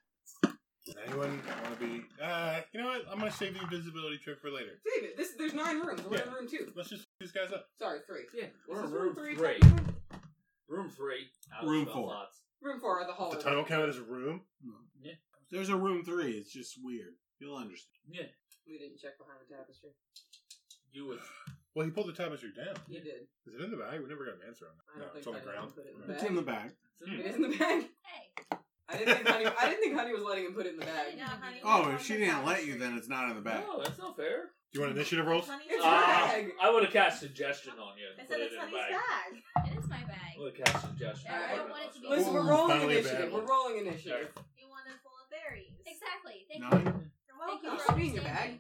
Speaker 6: Does anyone want to be? Uh, you know what? I'm gonna save the invisibility trick for later.
Speaker 4: Save it. This there's nine rooms. We're in
Speaker 6: Yeah.
Speaker 4: room two.
Speaker 6: Let's just f- these guys up.
Speaker 4: Sorry, three.
Speaker 3: yeah, we're
Speaker 4: This
Speaker 3: in
Speaker 4: is
Speaker 3: room
Speaker 4: three,
Speaker 3: three.
Speaker 4: technically.
Speaker 3: Room three. out of
Speaker 5: Room
Speaker 3: spell
Speaker 5: four.
Speaker 3: slots.
Speaker 4: Room four are the hallway.
Speaker 6: The tunnel counted as a room.
Speaker 3: Yeah.
Speaker 5: There's a room three. It's just weird. You'll understand.
Speaker 3: Yeah,
Speaker 4: We didn't check behind the tapestry.
Speaker 3: you would.
Speaker 6: Well, he pulled the tapestry down.
Speaker 3: Hmm.
Speaker 4: You did.
Speaker 6: Is it in the bag? We never got an answer on
Speaker 4: I
Speaker 6: that.
Speaker 4: don't
Speaker 6: No,
Speaker 4: think
Speaker 6: it's on the
Speaker 4: I
Speaker 6: ground.
Speaker 4: put it in the
Speaker 5: It's
Speaker 4: bag.
Speaker 5: in the back.
Speaker 4: It is in the bag.
Speaker 2: Hey.
Speaker 4: I didn't think honey. I didn't think honey was letting him put it in the bag.
Speaker 2: No, honey.
Speaker 5: Oh, if she didn't let you, then it's not in the back.
Speaker 3: No, Oh, that's not fair.
Speaker 6: Do you want initiative rolls?
Speaker 8: Honey's
Speaker 4: It's
Speaker 3: Ah,
Speaker 8: bag.
Speaker 4: bag.
Speaker 3: I would have cast suggestion on you.
Speaker 8: I
Speaker 3: and
Speaker 8: said
Speaker 3: put
Speaker 8: it's
Speaker 3: it in
Speaker 8: honey's
Speaker 3: the bag.
Speaker 8: bag.
Speaker 2: It is my bag.
Speaker 3: I would have cast suggestion.
Speaker 4: Yeah, I
Speaker 3: on
Speaker 4: don't
Speaker 3: you.
Speaker 2: want it to be-
Speaker 4: Listen, we're
Speaker 6: Ooh,
Speaker 4: rolling
Speaker 6: finally a bad
Speaker 4: initiative.
Speaker 6: one.
Speaker 4: We're rolling initiative.
Speaker 8: You want it full of berries.
Speaker 2: Exactly. Thank you.
Speaker 5: Nine.
Speaker 8: You're
Speaker 2: Thank
Speaker 8: welcome.
Speaker 2: Oh, you
Speaker 4: It
Speaker 2: for
Speaker 4: should be in your
Speaker 2: understanding.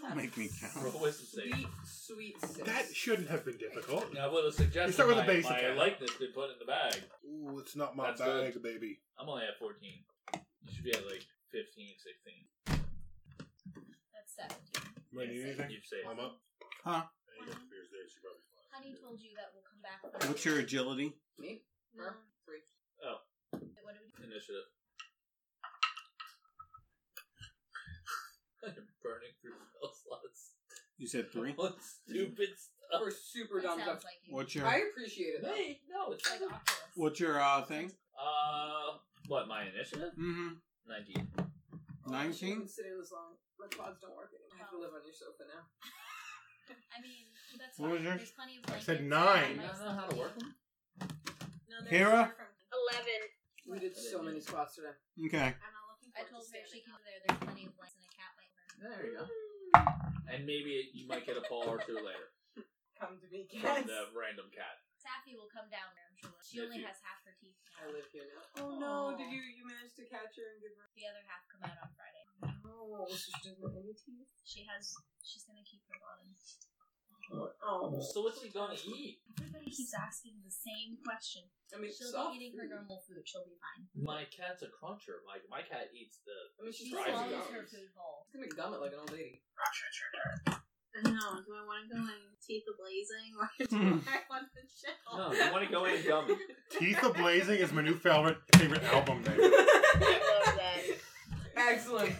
Speaker 5: Don't make me count.
Speaker 3: Roll wisdom save.
Speaker 4: Sweet, sweet six.
Speaker 6: That shouldn't have been difficult.
Speaker 3: Now, I would have suggested
Speaker 6: You start with
Speaker 3: my,
Speaker 6: the basic
Speaker 3: my
Speaker 6: attack.
Speaker 3: likeness to put in the bag.
Speaker 6: Ooh, it's not my
Speaker 3: That's
Speaker 6: bag, baby.
Speaker 3: I'm only at 14. You should be at like 15, 16.
Speaker 2: That's seven.
Speaker 6: Do I need anything?
Speaker 3: You've saved.
Speaker 6: I'm up.
Speaker 5: Huh?
Speaker 6: I need to figure this out. She probably flies.
Speaker 2: Honey told you that we'll come back.
Speaker 5: What's your agility?
Speaker 4: me. Her? Three.
Speaker 2: What do we do?
Speaker 3: Initiative. I'm burning through spell slots.
Speaker 5: You said three.
Speaker 3: What stupid stuff.
Speaker 4: We're super
Speaker 2: That
Speaker 4: dumb.
Speaker 2: sounds
Speaker 4: Stuff.
Speaker 2: like you.
Speaker 5: What's your
Speaker 4: I appreciate it. Though.
Speaker 3: Hey, no, it's
Speaker 2: It's
Speaker 3: like
Speaker 2: like Oculus.
Speaker 5: what's your uh thing?
Speaker 3: uh, what my initiative?
Speaker 5: Mm-hmm.
Speaker 3: Nineteen.
Speaker 4: I've
Speaker 5: Nineteen.
Speaker 4: been sitting this long. My pods don't work anymore. I have to
Speaker 2: Oh.
Speaker 4: live on your sofa now.
Speaker 2: I mean, that's
Speaker 5: What was
Speaker 2: fine.
Speaker 5: yours?
Speaker 2: There's plenty of
Speaker 6: I
Speaker 2: blankets.
Speaker 6: said nine.
Speaker 3: I don't know how to work them.
Speaker 8: No, there's
Speaker 5: Kara?
Speaker 8: more from-
Speaker 7: Eleven.
Speaker 4: We did so many squats today.
Speaker 5: Okay.
Speaker 8: I'm not looking
Speaker 2: I
Speaker 8: forward
Speaker 2: told
Speaker 8: to
Speaker 2: her if she
Speaker 8: standing
Speaker 2: can go there. There's plenty of blankets and a cat light.
Speaker 3: There you go. And maybe you might get a call or two later
Speaker 4: Come to me,
Speaker 3: from
Speaker 4: cats.
Speaker 3: the random cat.
Speaker 2: Taffy will come down there, I'm sure. She
Speaker 3: If
Speaker 2: only
Speaker 3: you-
Speaker 2: has half her teeth
Speaker 4: I
Speaker 2: now.
Speaker 4: live here now.
Speaker 2: Oh, no. Did you-
Speaker 4: You managed to catch her and give her.
Speaker 2: The other half come out on Friday.
Speaker 4: Oh,
Speaker 8: Oh, so she doesn't have any teeth?
Speaker 2: She has. She's gonna keep her bottom.
Speaker 8: Oh.
Speaker 3: So what's he gonna eat?
Speaker 2: Everybody keeps asking the same question.
Speaker 4: I mean,
Speaker 2: She'll
Speaker 4: soft
Speaker 2: be eating her
Speaker 4: food.
Speaker 2: normal food. She'll be fine.
Speaker 3: My cat's a cruncher. My my cat eats the.
Speaker 4: I mean, she's
Speaker 2: She
Speaker 3: Right.
Speaker 4: trying to
Speaker 2: swallows
Speaker 4: gum.
Speaker 2: her food whole.
Speaker 4: She's gonna gum it like an old lady.
Speaker 8: I know. Do I want to go in teeth ablazing or do I want to
Speaker 2: Oh.
Speaker 8: chill?
Speaker 3: No, you want to go in gummy.
Speaker 6: Teeth of Blazing is my new favorite favorite album name.
Speaker 7: I love that.
Speaker 4: Excellent.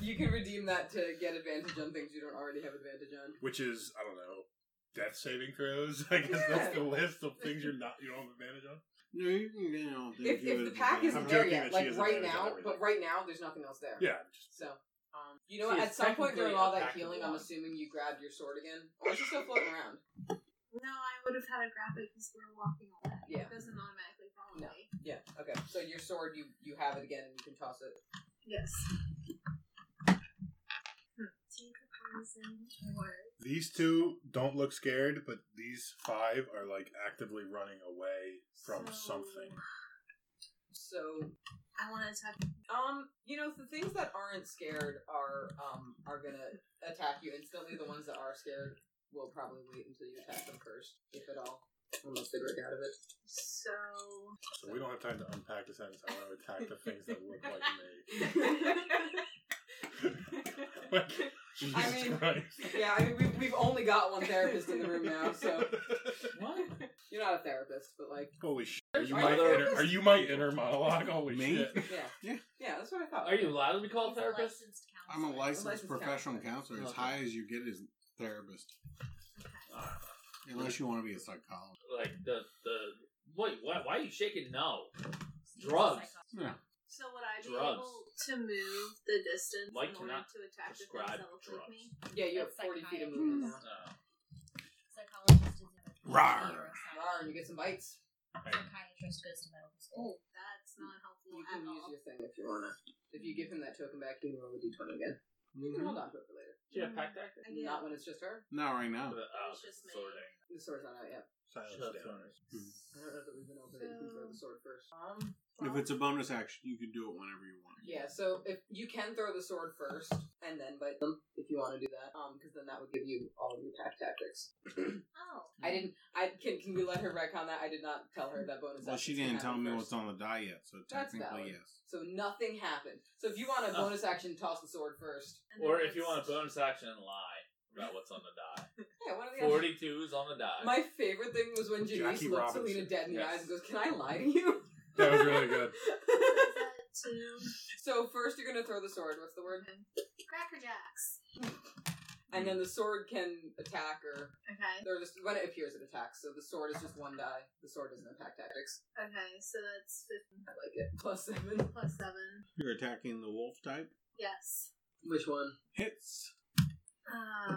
Speaker 4: You can redeem that to get advantage on things you don't already have advantage on.
Speaker 6: Which is, I don't know, death saving throws. I guess that's the
Speaker 4: Yeah.
Speaker 6: list of things you're not you don't have advantage on.
Speaker 5: No, you can get all the
Speaker 4: If, if the
Speaker 5: good
Speaker 4: pack
Speaker 5: advantage.
Speaker 4: isn't
Speaker 6: I'm
Speaker 4: there
Speaker 6: joking
Speaker 4: yet,
Speaker 6: that she
Speaker 4: like
Speaker 6: has
Speaker 4: right
Speaker 6: advantage on
Speaker 4: now,
Speaker 6: everything.
Speaker 4: but right now there's nothing else there.
Speaker 6: Yeah.
Speaker 4: So, um, you know
Speaker 3: She
Speaker 4: what?
Speaker 3: is
Speaker 4: At some point during all that
Speaker 3: technically a
Speaker 4: healing, I'm
Speaker 3: pack.
Speaker 4: assuming you grabbed your sword again. Or is it still floating around?
Speaker 8: No, I would have had a graphic because we're walking all that.
Speaker 4: Yeah.
Speaker 8: It doesn't automatically follow
Speaker 4: No.
Speaker 8: me.
Speaker 4: Yeah. Okay. So your sword, you you have it again, and you can toss it.
Speaker 8: Yes. Hmm. Teeth ablazing or
Speaker 6: These two don't look scared, but these five are like actively running away from
Speaker 8: So-
Speaker 6: something.
Speaker 4: So,
Speaker 8: I want to attack.
Speaker 4: um, you know, the things that aren't scared are um are gonna attack you instantly. The ones that are scared will probably wait until you attack them first, if at all. Unless they break out of it.
Speaker 8: So.
Speaker 6: So we don't have time to unpack the sentence. I want to attack the things that look like me. Jesus
Speaker 4: I mean-
Speaker 6: Christ.
Speaker 4: yeah, I mean, we've, we've only got one therapist in the room now, so
Speaker 3: What?
Speaker 4: you're not a therapist, but like,
Speaker 6: Holy shit. Are you,
Speaker 4: Are
Speaker 6: my
Speaker 4: you a
Speaker 6: inner, are you my inner monologue? Holy
Speaker 5: Me?
Speaker 6: shit.
Speaker 4: yeah,
Speaker 5: Yeah.
Speaker 4: yeah, that's what I thought.
Speaker 3: Are you allowed to be called
Speaker 2: He's a
Speaker 3: therapist?
Speaker 2: licensed
Speaker 5: I'm a
Speaker 2: counselor.
Speaker 5: licensed,
Speaker 4: licensed
Speaker 5: professional
Speaker 4: counselor.
Speaker 5: counselor. As
Speaker 4: Okay.
Speaker 5: high as you get is therapist, unless you want to be a psychologist.
Speaker 3: Like the the wait, why why are you shaking? No,
Speaker 2: He's a
Speaker 3: Drugs.
Speaker 2: psychologist.
Speaker 5: Yeah.
Speaker 8: So would I be
Speaker 3: Drugs.
Speaker 8: able to move the distance
Speaker 3: Mike
Speaker 8: in order
Speaker 3: cannot
Speaker 8: to attack the things
Speaker 3: prescribe
Speaker 8: that look
Speaker 3: drugs. Oh.
Speaker 8: like me?
Speaker 4: Yeah, you have
Speaker 2: That's
Speaker 4: 40 feet of
Speaker 2: psychiatry.
Speaker 4: movement now.
Speaker 3: No.
Speaker 2: Psychologist is another
Speaker 5: Rawr.
Speaker 2: neuroscientist.
Speaker 4: Rar, and you get some bites.
Speaker 2: Psychiatrist goes to medical school.
Speaker 8: Oh, that's not helpful
Speaker 4: You
Speaker 8: at
Speaker 4: can use
Speaker 8: all.
Speaker 4: your thing if you wanna. If you give him that token back, you can roll a d20 again. You can hold on to it for later.
Speaker 3: Do you have pack tactics?
Speaker 8: I do.
Speaker 4: Not when it's just her.
Speaker 5: Mm-hmm. Not right now.
Speaker 3: Uh, oh,
Speaker 8: It's just me.
Speaker 3: sorting.
Speaker 4: The sword's not out yet.
Speaker 6: Silence
Speaker 3: Shut
Speaker 6: down.
Speaker 3: up.
Speaker 4: I don't know that we've been over that you can throw the sword first. Um,
Speaker 5: If it's a bonus action, you can do it whenever you want.
Speaker 4: yeah, so if you can throw the sword first and then bite them if you want to do that, um, because then that would give you all of your pack tactics.
Speaker 8: Oh,
Speaker 4: I didn't. I can. Can we let her on that? I did not tell her that bonus.
Speaker 5: Well, she
Speaker 4: actions can
Speaker 5: didn't tell
Speaker 4: happen
Speaker 5: me
Speaker 4: first.
Speaker 5: what's on the die yet, so
Speaker 4: That's
Speaker 5: technically
Speaker 4: valid.
Speaker 5: yes.
Speaker 4: So nothing happened. So if you want a
Speaker 3: Oh.
Speaker 4: bonus action, toss the sword first.
Speaker 8: and
Speaker 3: Or
Speaker 8: then
Speaker 3: if you want a
Speaker 8: that's-
Speaker 3: bonus action, lie about what's on the die.
Speaker 4: Yeah, one of the
Speaker 3: Forty two is on the die.
Speaker 4: My favorite thing was when Janice
Speaker 6: Jackie
Speaker 4: looked
Speaker 6: Robinson.
Speaker 4: Selena dead in the
Speaker 3: Yes.
Speaker 4: eyes and goes, "Can I lie to you?"
Speaker 6: That was really good.
Speaker 8: Is that two
Speaker 4: so first, you're gonna throw the sword. What's the word?
Speaker 8: Cracker Jacks.
Speaker 4: And then the sword can attack or
Speaker 8: Okay.
Speaker 4: or just when it appears, it attacks. So the sword is just one die. The sword doesn't attack tactics.
Speaker 8: Okay, so that's
Speaker 4: I
Speaker 8: 15
Speaker 4: like it. Plus seven.
Speaker 8: plus 7.
Speaker 5: You're attacking the wolf type.
Speaker 8: Yes.
Speaker 4: Which one?
Speaker 5: Hits.
Speaker 8: Uh,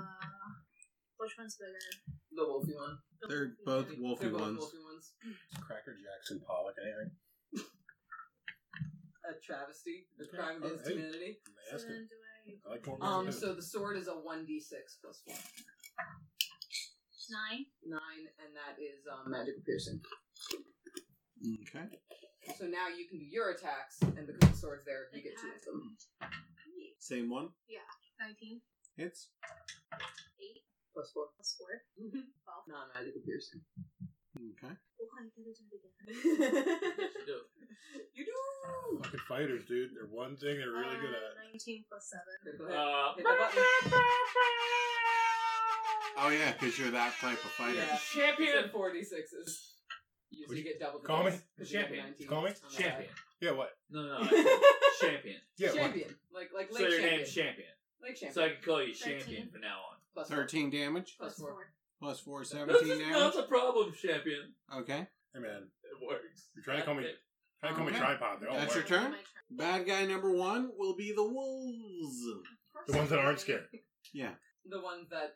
Speaker 8: which one's bigger?
Speaker 4: The wolfy one.
Speaker 8: The
Speaker 5: They're
Speaker 8: wolfy
Speaker 5: both
Speaker 8: one.
Speaker 5: wolfy
Speaker 4: They're both
Speaker 5: ones.
Speaker 4: wolfy ones.
Speaker 6: Cracker Jacks and Pollock, anything?
Speaker 4: A travesty. A
Speaker 6: Okay.
Speaker 4: crime against
Speaker 6: Alright.
Speaker 4: humanity.
Speaker 6: Ask it.
Speaker 8: So then do
Speaker 6: I
Speaker 8: I.
Speaker 6: like what
Speaker 4: Um.
Speaker 6: we're
Speaker 4: So the sword is a one d six plus one.
Speaker 2: Nine.
Speaker 4: Nine, and that is um, magical piercing.
Speaker 5: Okay.
Speaker 4: So now you can do your attacks, and because the sword's there, you get two of them.
Speaker 5: Same one.
Speaker 8: 19
Speaker 5: Hits.
Speaker 4: Plus four.
Speaker 8: plus 4.
Speaker 4: Mm-hmm. Non magical piercing.
Speaker 5: Okay.
Speaker 8: Oh, I gotta do it again.
Speaker 3: Yes, you do.
Speaker 4: you do!
Speaker 5: Uh,
Speaker 6: Fucking fighters, dude. They're one thing they're really good
Speaker 8: Uh,
Speaker 6: at.
Speaker 8: 19 plus 7.
Speaker 4: Okay, go ahead.
Speaker 3: Uh,
Speaker 4: Hit the button.
Speaker 5: Oh yeah, because you're that type of fighter.
Speaker 4: Yeah.
Speaker 3: champion.
Speaker 4: 46s. You, so
Speaker 6: Would
Speaker 4: you
Speaker 6: you
Speaker 4: get double the
Speaker 6: call me?
Speaker 4: dice, 'cause you have a
Speaker 3: Champion.
Speaker 4: 19
Speaker 6: Call me?
Speaker 4: on that die.
Speaker 3: Champion.
Speaker 6: Yeah, what?
Speaker 3: No, no, no. I said champion.
Speaker 6: Yeah, what?
Speaker 4: champion. Like, like
Speaker 3: So
Speaker 4: Lake
Speaker 3: your
Speaker 4: Champion.
Speaker 3: name's champion.
Speaker 4: Lake Champion.
Speaker 3: So I can call you
Speaker 2: Thirteen.
Speaker 3: champion from now on.
Speaker 4: Plus four.
Speaker 5: Thirteen damage
Speaker 4: Plus four.
Speaker 5: plus four,
Speaker 3: This
Speaker 5: 17
Speaker 3: is
Speaker 5: damage.
Speaker 3: not a problem, champion.
Speaker 5: Okay.
Speaker 6: Hey, man.
Speaker 3: It works.
Speaker 6: You're trying to call me,
Speaker 3: That's
Speaker 6: trying to call me
Speaker 5: Okay.
Speaker 6: tripod. They all
Speaker 5: That's your
Speaker 6: work.
Speaker 5: turn?
Speaker 8: My turn.
Speaker 5: Bad guy number one will be the wolves.
Speaker 6: The ones that aren't scared.
Speaker 5: Yeah.
Speaker 4: The one that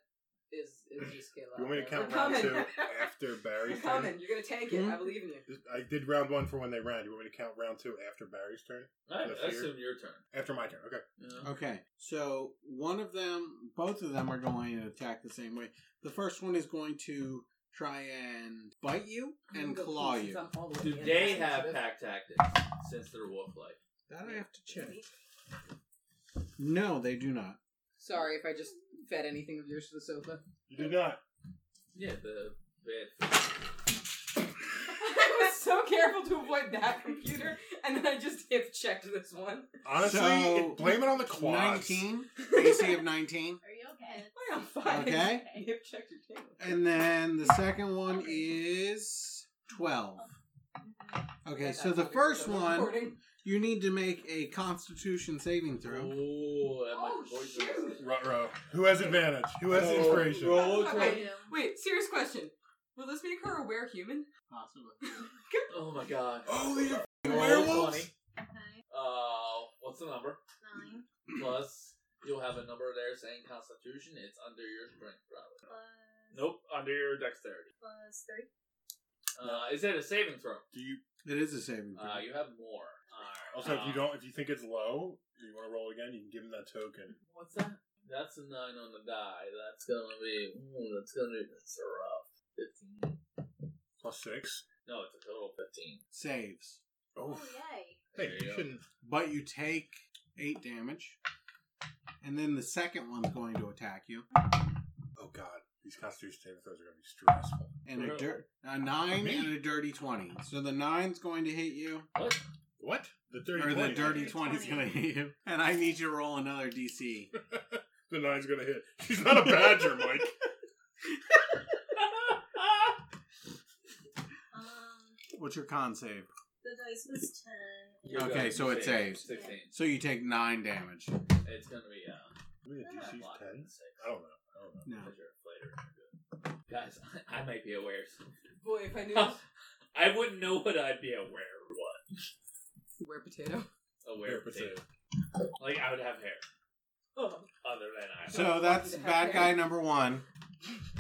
Speaker 4: is, is just Kayla.
Speaker 6: You want me to count
Speaker 4: We're
Speaker 6: round
Speaker 4: coming.
Speaker 6: two after
Speaker 4: We're
Speaker 6: Barry's turn?
Speaker 4: coming. You're going to tank
Speaker 5: Hmm?
Speaker 4: it. I believe in you.
Speaker 6: I did round one for when they ran. You want me to count round two after Barry's turn?
Speaker 3: All right,
Speaker 6: The
Speaker 3: I
Speaker 6: fear.
Speaker 3: assume your turn.
Speaker 6: After my turn, okay.
Speaker 3: Yeah.
Speaker 5: Okay. So one of them, both of them are going to attack the same way. The first one is going to try and bite you
Speaker 4: Mm,
Speaker 5: and
Speaker 4: The
Speaker 5: claw
Speaker 4: pieces
Speaker 5: you.
Speaker 4: on all the
Speaker 3: Do
Speaker 4: way in.
Speaker 3: they
Speaker 4: Oh, That's
Speaker 3: have
Speaker 4: sensitive.
Speaker 3: pack tactics since they're wolf-like?
Speaker 5: That I have to check. No, they do not.
Speaker 4: Sorry if I just fed anything of yours to the sofa.
Speaker 6: You did not.
Speaker 3: Yeah, the bad.
Speaker 4: I was so careful to avoid that computer, and then I just hip checked this one.
Speaker 6: Honestly,
Speaker 5: So-
Speaker 6: it- blame it on the quads.
Speaker 5: 19. AC of 19.
Speaker 2: Are you okay?
Speaker 4: We're on fire.
Speaker 5: Okay.
Speaker 4: Hip checked your table.
Speaker 5: And then the second one is 12.
Speaker 8: Mm-hmm.
Speaker 5: Okay, so the first one, you need to make a constitution saving throw.
Speaker 3: Oh, that might
Speaker 4: Oh, shoot.
Speaker 6: Ruh-roh. Who has advantage? Who has
Speaker 5: So-
Speaker 6: inspiration?
Speaker 5: roll
Speaker 4: a
Speaker 8: I do.
Speaker 4: Wait, serious question. Will this make her a were human?
Speaker 3: Ah,
Speaker 5: Possibly.
Speaker 3: Oh my god.
Speaker 6: Oh, these are
Speaker 3: Roll 20.
Speaker 5: werewolves?
Speaker 8: Okay.
Speaker 3: Uh, what's the number?
Speaker 8: Nine
Speaker 3: Plus, you'll have a number there saying Constitution. It's under your strength, probably.
Speaker 8: plus
Speaker 3: Nope, under your dexterity.
Speaker 8: plus three.
Speaker 3: Uh, is that a saving throw?
Speaker 6: Do you
Speaker 5: It is a saving throw.
Speaker 3: Uh, you have more. Alright,
Speaker 6: also
Speaker 3: uh,
Speaker 6: if you don't if you think it's low, and you want to roll again, you can give him that token.
Speaker 3: What's that? That's a nine on the die. That's gonna be. Ooh, that's gonna be. That's a rough. Fifteen.
Speaker 6: Plus six.
Speaker 3: No, it's a total of fifteen.
Speaker 5: Saves.
Speaker 6: Oh,
Speaker 8: yay!
Speaker 6: hey,
Speaker 3: There you
Speaker 6: you
Speaker 3: go.
Speaker 6: shouldn't.
Speaker 5: But you take 8 damage. And then the second one's going to attack you.
Speaker 6: Oh God, these Constitution saving throws are gonna be stressful.
Speaker 5: And a, dir- a 9 and a dirty 20. So the 9's going to hit you.
Speaker 3: What?
Speaker 6: What? The dirty.
Speaker 5: Or the
Speaker 6: twenty.
Speaker 5: dirty 20's going to hit you. And I need you to roll another DC.
Speaker 6: The nine's gonna hit. She's not a badger, Mike.
Speaker 8: Um,
Speaker 5: What's your con save?
Speaker 8: the dice was ten.
Speaker 3: You're
Speaker 5: Okay,
Speaker 3: good.
Speaker 5: so
Speaker 3: You
Speaker 5: it
Speaker 3: saved.
Speaker 5: saves.
Speaker 3: Sixteen.
Speaker 5: So you take 9 damage.
Speaker 3: It's gonna be uh.
Speaker 6: I mean,
Speaker 3: not
Speaker 6: DC's
Speaker 3: a lot,
Speaker 6: ten.
Speaker 3: six.
Speaker 6: I don't know. I don't know.
Speaker 5: No.
Speaker 3: Because you're a fighter. Guys, I, I might be aware. of something.
Speaker 4: Boy, if I knew this.
Speaker 3: I wouldn't know what I'd be aware of. What?
Speaker 4: Were potato.
Speaker 3: Aware of
Speaker 6: Potato.
Speaker 3: potato. Like I would have hair.
Speaker 4: Oh,
Speaker 3: Other than I.
Speaker 5: So that's bad guy number one.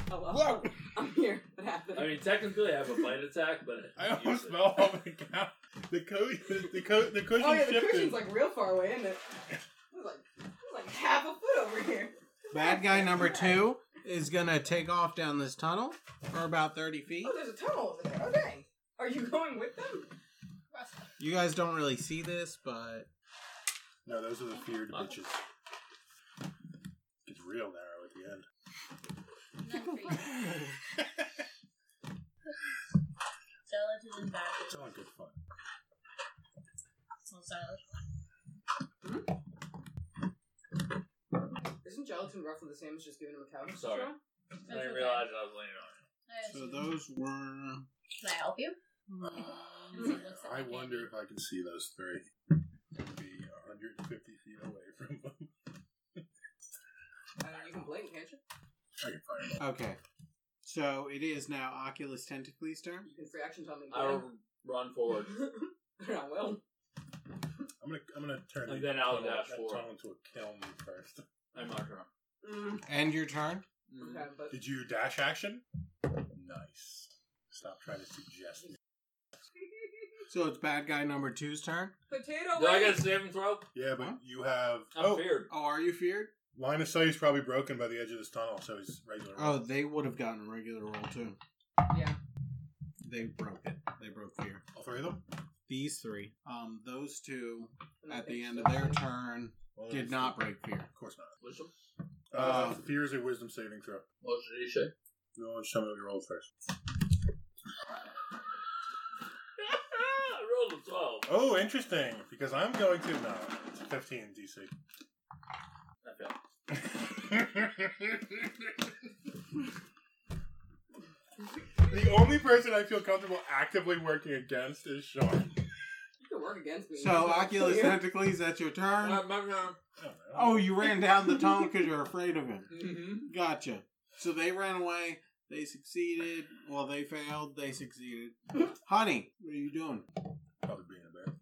Speaker 4: Hello. oh, I'm here. What happened?
Speaker 3: I mean, technically, I have a bite attack, but
Speaker 6: I almost fell off the couch. The coat, the coat, the cushion
Speaker 4: oh yeah, the
Speaker 6: shifted.
Speaker 4: cushion's like real far away, isn't it? It's like, it's like half a foot over here.
Speaker 5: Bad guy number two is gonna take off down this tunnel for about 30 feet.
Speaker 4: Oh, there's a tunnel over there. Oh dang. Are you going with them?
Speaker 5: You guys don't really see this, but
Speaker 6: no, those are the feared bitches. It's real narrow at the end.
Speaker 2: Gelatin and
Speaker 6: It's all good fun.
Speaker 4: Isn't gelatin roughly the same as just giving him a couch?
Speaker 3: Sorry.
Speaker 4: control?
Speaker 3: I didn't realize I was leaning on
Speaker 5: so those were
Speaker 2: Can I help you?
Speaker 6: Um, I wonder if I can see those three. Be 150 feet away from them.
Speaker 4: Uh, you can blink, can't you?
Speaker 6: I can fire them.
Speaker 5: okay. So it is now Oculus Tentacles' turn.
Speaker 4: You can free action tell me.
Speaker 3: it. I'll run forward.
Speaker 4: They're not well.
Speaker 6: I'm gonna, I'm gonna turn.
Speaker 3: And
Speaker 6: the
Speaker 3: then I'll
Speaker 6: tunnel-
Speaker 3: dash
Speaker 6: that
Speaker 3: forward.
Speaker 6: tunnel into a kiln first.
Speaker 3: I mark her.
Speaker 4: Mm.
Speaker 5: End your turn.
Speaker 4: Okay, but
Speaker 3: Mm.
Speaker 6: Did you dash action? Nice. Stop trying to suggest me.
Speaker 5: So it's bad guy number two's turn.
Speaker 4: potato.
Speaker 3: Do I
Speaker 4: wings.
Speaker 3: get a saving throw?
Speaker 6: Yeah, but
Speaker 5: Huh?
Speaker 6: you have.
Speaker 3: I'm
Speaker 6: oh,
Speaker 3: feared.
Speaker 5: Oh, are you feared?
Speaker 6: line of sight is probably broken by the edge of this tunnel, so he's regular.
Speaker 5: Oh, they would have gotten a regular roll too.
Speaker 4: Yeah.
Speaker 5: They broke it. They broke fear.
Speaker 6: All three of them.
Speaker 5: These three, um, those two
Speaker 4: And I
Speaker 5: at
Speaker 4: think
Speaker 5: the end
Speaker 4: so.
Speaker 5: of their turn
Speaker 6: Well,
Speaker 5: did
Speaker 6: it's-
Speaker 5: not break fear.
Speaker 6: Of course not.
Speaker 3: Wisdom?
Speaker 5: Uh,
Speaker 6: Uh, fear is a wisdom saving throw.
Speaker 3: What did you say?
Speaker 6: You want to tell me what you rolled first?
Speaker 3: I rolled a 12.
Speaker 6: Oh, interesting. Because I'm going to no, it's 15 DC.
Speaker 3: I failed.
Speaker 6: the only person I feel comfortable actively working against is Sean.
Speaker 4: You can work against me.
Speaker 5: So Oculus
Speaker 4: Yeah.
Speaker 5: Tentacles, that's your turn.
Speaker 3: Uh, My- my turn.
Speaker 6: I don't know.
Speaker 5: Oh, you ran down the tunnel because you're afraid of him.
Speaker 4: Mhm.
Speaker 5: Gotcha. So they ran away. They succeeded. Well, they failed. They succeeded. Honey, what are you doing?
Speaker 6: probably being a bear.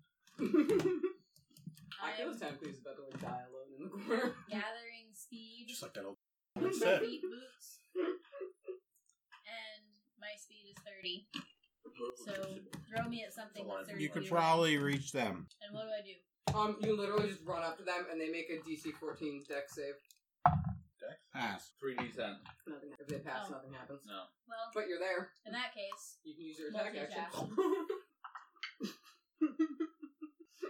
Speaker 4: Oculus Tentacles is about to like die alone in the corner.
Speaker 2: gathering speed,
Speaker 6: Just like that old
Speaker 2: my
Speaker 6: said.
Speaker 2: feet boots, and my speed is 30. So throw me at something
Speaker 6: Hold on.
Speaker 2: that's 30.
Speaker 5: You could
Speaker 2: feet away.
Speaker 5: probably reach them.
Speaker 2: And what do I do?
Speaker 4: Um, you literally just run up to them and they make a DC 14 deck save.
Speaker 5: Pass.
Speaker 3: 3d10.
Speaker 4: Nothing. If they pass,
Speaker 2: Oh.
Speaker 4: nothing happens.
Speaker 3: No.
Speaker 2: Well,
Speaker 4: But you're there.
Speaker 2: in that case,
Speaker 4: You can use your attack action.
Speaker 2: Multi-attack.